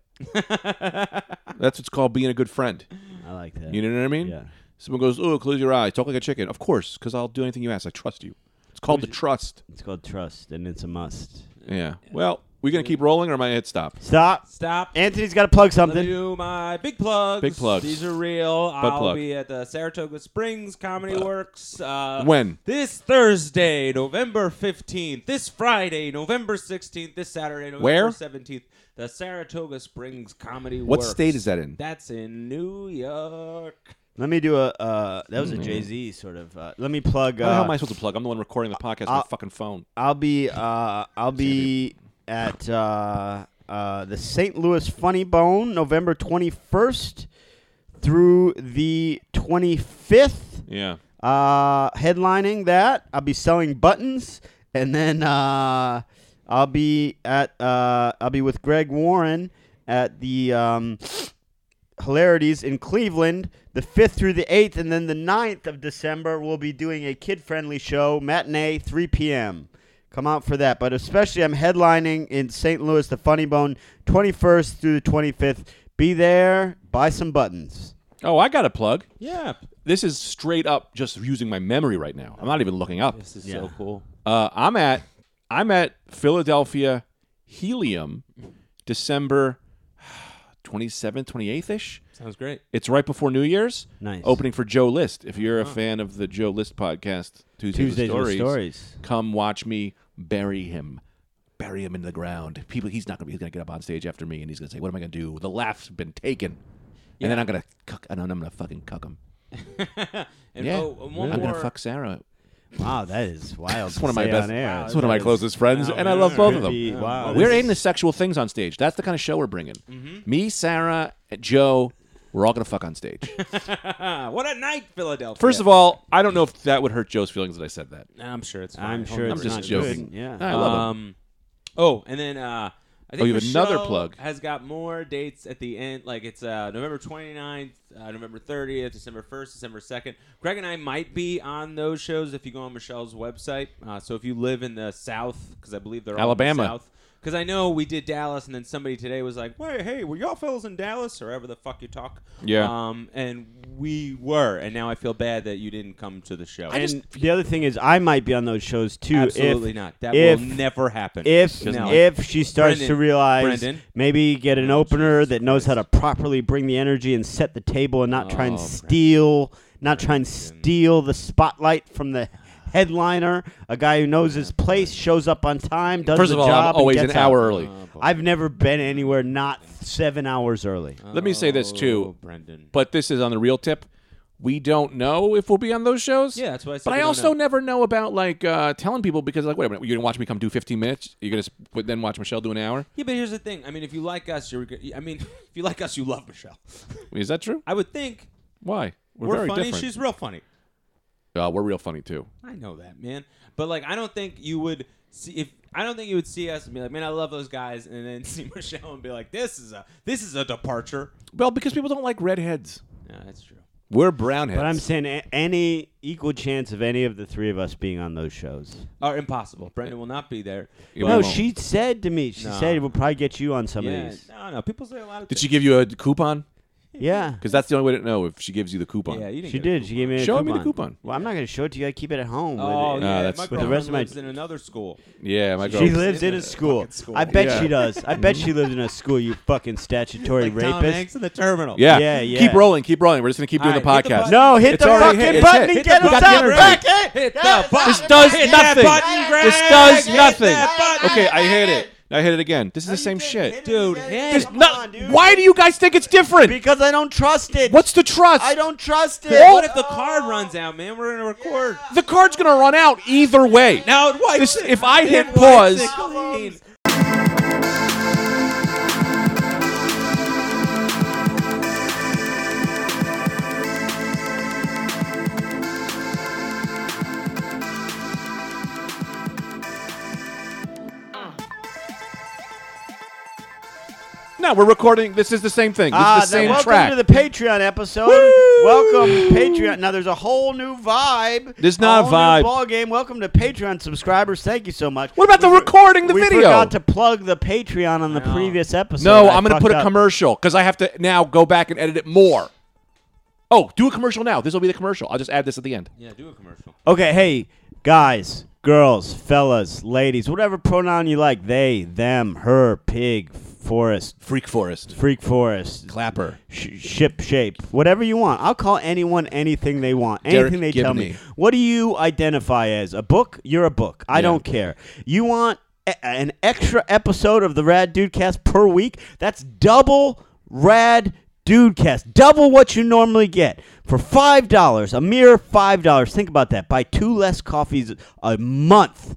That's what's called being a good friend. I like that. You know what I mean? Yeah. Someone goes, "Oh, close your eyes, talk like a chicken." Of course, because I'll do anything you ask. I trust you. It's called the trust. It's called trust, and it's a must. Yeah. Well, we gonna keep rolling, or am I gonna hit stop? Stop. Stop. Anthony's got to plug Let me something. do my big plugs. Big plugs. These are real. I'll plug. be at the Saratoga Springs Comedy Works. Uh, When? This Thursday, November 15th. This Friday, November 16th. This Saturday, November Where? 17th. The Saratoga Springs Comedy What Works. state is that in? That's in New York. Let me do a. Uh, that Mm-hmm. was a Jay Z sort of. Uh, let me plug. How the hell Uh, am I supposed to plug? I'm the one recording the podcast on my fucking phone. I'll be. Uh, I'll be at uh, uh, the St. Louis Funny Bone, November twenty first through the twenty fifth. Yeah. uh, headlining that. I'll be selling buttons, and then uh, I'll be at uh, I'll be with Greg Warren at the um, Hilarities in Cleveland, the fifth through the eighth, and then the 9th of December we'll be doing a kid-friendly show matinee, three p.m. Come out for that, but especially I'm headlining in St. Louis, the Funny Bone, 21st through the 25th. Be there, buy some buttons. Oh, I got a plug. Yeah. This is straight up just using my memory right now. I'm not even looking up. This is so cool. Uh, I'm at I'm at Philadelphia Helium, December 27th, 28th ish. Sounds great. It's right before New Year's. Nice. Opening for Joe List. If you're a fan of the Joe List podcast, Tuesdays, Tuesdays with with stories, Stories. come watch me bury him. Bury him in the ground. People, he's not gonna. He's gonna get up on stage after me, and he's gonna say, "What am I gonna do? The laugh's been taken." And then I'm gonna, cuck, and then I'm gonna fucking cuck him. And Yeah, oh, and one I'm more. gonna fuck Sarah. Wow, that is wild. It's one of my best. on air. It's one of my closest friends, and I love both of them. Be- wow. We're into sexual things on stage. That's the kind of show we're bringing. Me, Sarah, Joe, we're all gonna fuck on stage. <laughs> Ah, <laughs> what a night, Philadelphia. First of all, I don't know if that would hurt Joe's feelings that I said that. I'm sure it's. Fine. I'm sure I'm it's just not joking. good. Yeah. I love him. Oh, um, Oh, and then uh, I think you have another Michelle plug. Has got more dates at the end. Like it's uh, November 29th, uh, November 30th, December 1st, December 2nd. Greg and I might be on those shows if you go on Michelle's website. Uh, so if you live in the South, because I believe they're Alabama. all in the South. Because I know we did Dallas, and then somebody today was like, "Wait, hey, were y'all fellas in Dallas or wherever the fuck you talk?" Yeah. Um, and we were, and now I feel bad that you didn't come to the show. And the other thing is, I might be on those shows too. Absolutely if, not. That if- will never happen. If No. if she starts to Brendan, realize, Brendan. maybe get an opener that knows how to properly bring the energy and set the table, and not try and Oh, steal, not try and steal the spotlight from the headliner. A guy who knows his place shows up on time, does First the of all, job, I'm and always an gets out. hour early. I've never been anywhere not seven hours early. Let me say this too, Oh, Brendan. but this is on the real tip. We don't know if we'll be on those shows. Yeah, that's why I said But we I don't also know. never know about like uh, telling people because like wait a minute, you're gonna watch me come do 15 minutes. You're gonna sp- then watch Michelle do an hour. Yeah, but here's the thing. I mean, if you like us, you're. g- I mean, <laughs> if you like us, you love Michelle. Is that true? I would think Why? We're, we're very funny. different. She's real funny. Uh, we're real funny too. I know that, man. But like, I don't think you would see if I don't think you would see us and be like, man, I love those guys, and then <laughs> see Michelle and be like, this is a this is a departure. Well, because people don't like redheads. Yeah, that's true. We're brownheads. But I'm saying a- any equal chance of any of the three of us being on those shows. Or impossible. Brendan will not be there. Yeah, we no, won't. she said to me, she No. said we'll probably get you on some of Yeah, these. no, no. People say a lot of Did things. she give you a coupon? Yeah. Because that's the only way to know if she gives you the coupon. Yeah, you didn't She get a did. She gave me a Show coupon. me the coupon. Well, I'm not going to show it to you. I keep it at home. with Oh, it. No, yeah, that's- my With the girlfriend rest of my- lives in another school. Yeah, my girl. She lives in in a a school. fucking school. I bet Yeah. she does. I bet she lives in a school. You fucking statutory Like Tom rapist. Hanks in the terminal. yeah. Yeah, yeah. Keep rolling. Keep rolling. We're just gonna keep doing All the right, hit the podcast. button. No, hit It's the already fucking hit. It's button hit. and Hit get the us button. out Hit the back. Hit the button. This does Hit that nothing. button, Greg. This does Hit nothing. that button. Okay, I hit it. I hit it again. This is the same shit. Dude, hit There's Come not- Why do you guys think it's different? Because I don't trust it. What's the trust? I don't trust it. What if the card runs out, man? We're gonna record. The card's gonna run out either way. Now it wipes This- it. if I It hit wipes pause- it clean. No, we're recording. This is the same thing. This Ah, is the then same welcome track. to the Patreon episode. Welcome Patreon. Now there's a whole new vibe. There's not a whole new vibe. Ball game. Welcome to Patreon subscribers. Thank you so much. what about the We- recording the we video? forgot to plug the Patreon on the No. previous episode. no, I I'm gonna fucked put a up. commercial because I have to now go back and edit it more. Oh, do a commercial now. This will be the commercial. I'll just add this at the end. Yeah, do a commercial. Okay, hey guys, girls, fellas, ladies, whatever pronoun you like. They, them, her, pig, forest, Freak Forest. freak forest, Clapper. sh- ship shape, whatever you want. I'll call anyone anything they want, Derek anything they tell Gibney. me. What do you identify as? A book? You're a book. I don't care. You want a- an extra episode of the Rad Dudecast per week? That's double Rad Dudecast, double what you normally get for five dollars, a mere five dollars. Think about that. Buy two less coffees a month.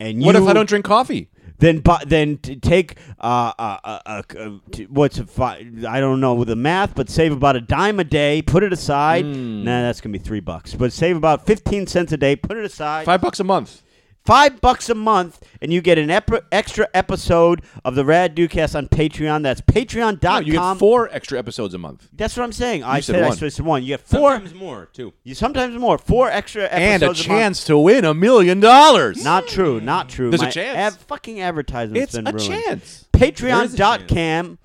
And you What if I don't drink coffee? then bu- then t- take uh, uh, uh, uh, uh, t- what's a fi- I don't know with the math, but save about a dime a day, put it aside. Hmm. Nah, that's gonna be three bucks, but save about fifteen cents a day, put it aside. Five bucks a month. Five bucks a month, and you get an ep- extra episode of the Rad Dudecast on Patreon. That's No, Patreon.com. you get four extra episodes a month. that's what I'm saying. I said said, I one. said one. You get four, Sometimes more too. you sometimes more, four extra episodes and a month. chance to win a million dollars. Not true. Not true. There's a My chance. ad- fucking advertisement's it's a been ruined. chance. patreon.cam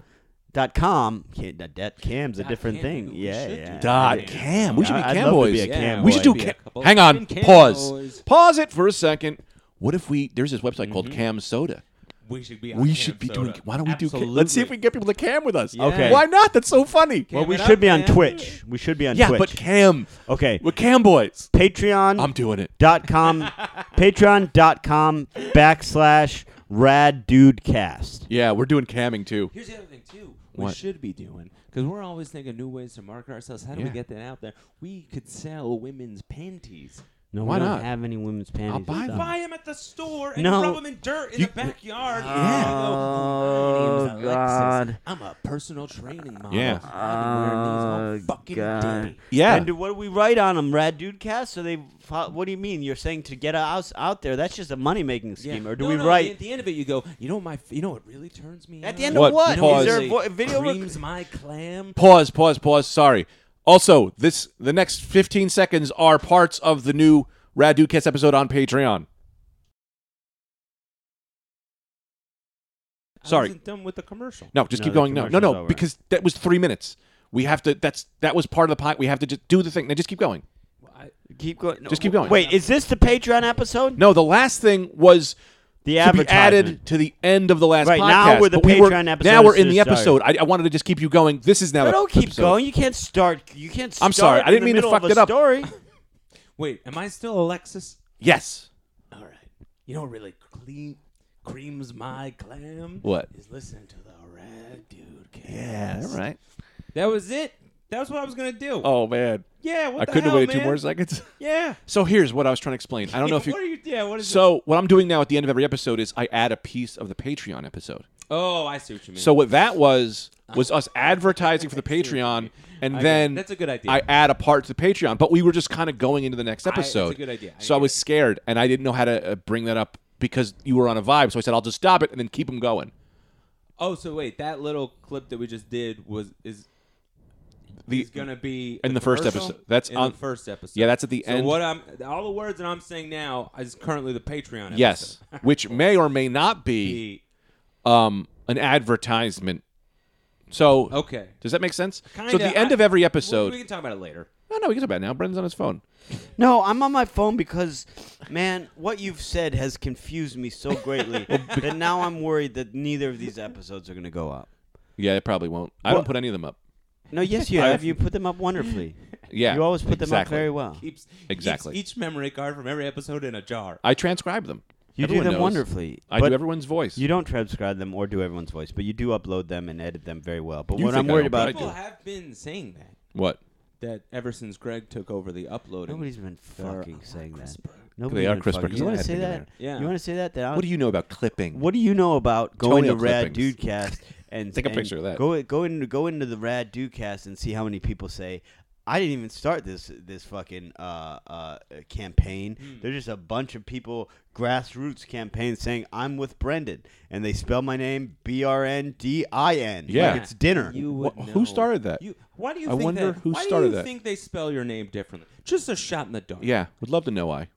dot com Yeah, that, that cam's a different cam, thing we yeah should yeah do Dot Yeah. cam. We should Yeah, be I'd cam love to boys. be a cam we boy. should do Be a cam. couple Hang on. cam Pause. boys. Pause it for a second. What if we? There's this website called Cam Soda. We should be. On We cam should be soda. doing. Why don't we do? Cam? Absolutely. Let's see if we can get people to cam with us. Okay. Why not? That's so funny. well we it should up, be on man. twitch we should be on yeah, twitch but cam. okay We're cam boys. I'm patreon doing it. dot <laughs> com patreon.com backslash rad dude cast Yeah, we're doing camming too. Here's the other thing too. We What? should be doing because we're always thinking new ways to market ourselves. How do Yeah. we get that out there? We could sell women's panties. no we Why not? don't have any women's panties buy and them. stuff. Buy them at the store and No. rub them in dirt in You- the backyard. Oh, My name's Alexis. God. I'm a personal training model. Yeah. Oh, I've been wearing these all fucking day. Yeah. And do- what do we write on them, Rad Dude Cast? So they, fo- what do you mean? You're saying to get us out there? That's just a money making scheme, or do No, we no, write? At the, at the end of it, you go. You know what my. You know what really turns me. At the on? end of What? of what? what? Pause. Is there a Really vo- video? rec- creams my clam. pause pause pause sorry also this the next 15 seconds are parts of the new rad Dudecast episode on patreon I Sorry. wasn't done with the commercial. no just No, keep the going no no commercial's no over. because that was three minutes we have to that's that was part of the pot we have to just do the thing now just keep going I, Keep going. No, Just keep going. Wait, is this the Patreon episode? no the last thing was The to be advertisement. added to the end of the last Right, podcast. now we're the but we were- Patreon episode Now we're is in to the start. episode. I, I wanted to just keep you going. This is No, now. the don't keep episode. going. You can't start. You can't. Start I'm sorry. I in didn't the mean to middle fuck of a it up. Story. wait, am I still Alexis? Yes. All right. You know what really clean creams my clam? What? Is listening to the Rad Dude Cast. Yeah. All right. That was it. That was what I was gonna do. Oh man, yeah. What I the couldn't have hell, waited two man? more seconds. Yeah. So here's what I was trying to explain. I don't know if you. What are you? Yeah. What is it? So what I'm doing now at the end of every episode is I add a piece of the Patreon episode. Oh, I see what you mean. So what that was was us advertising for the Patreon, and Okay, then that's a good idea. I add a part to the Patreon, but we were just kind of going into the next that's episode. a good idea. I so I get was scared, and I didn't know how to uh, bring that up because you were on a vibe. So I said, I'll just stop it and then keep them going. Oh, so wait, that little clip that we just did was is The is gonna be in a the first commercial? episode. That's in on- the first episode. Yeah, that's at the so end. What I'm all the words that I'm saying now is currently the Patreon. Episode. E. yes, which may or may not be The- um, an advertisement. So okay. does that make sense? so Kinda. at the end I- of every So episode. Oh, we can talk about it later. No, no, we can talk about it now. Brendan's on his phone. <laughs> No, I'm on my phone because, man, what you've said has confused me so <laughs> greatly that now I'm worried that neither of these episodes are going to go up. Yeah, it probably won't. I don't put any of them up. No, yes, <laughs> you have. You put them up wonderfully. Yeah, You always put them up exactly. very well. Keeps keeps Exactly. each memory card from every episode in a jar. I transcribe them. You do Everyone them knows. wonderfully. I but do everyone's voice. You don't transcribe them or do everyone's voice, but you do upload them and edit them very well. But You what think I'm I worried don't, about, but I do. People have been saying that what? that ever since Greg took over the uploading. nobody's been They're fucking all saying that. CRISPR. Nobody They are even CRISPR, fucking- 'cause You I want to had say to get that? in there. Yeah. You want to say that? That I'll- What do you know about clipping? What do you know about going Toenail to Rad clippings. Dudecast and <laughs> Take a and picture of that. Go go into go into the Rad Dudecast and see how many people say I didn't even start this this fucking uh, uh, campaign. Hmm. There's just a bunch of people grassroots campaign saying I'm with Brendan and they spell my name B R N D I N. Yeah. like it's dinner. You Wha- would who know. started that? You, why do you I think wonder that, who why started do you that? think they spell your name differently? Just a shot in the dark. Yeah, would love to know why.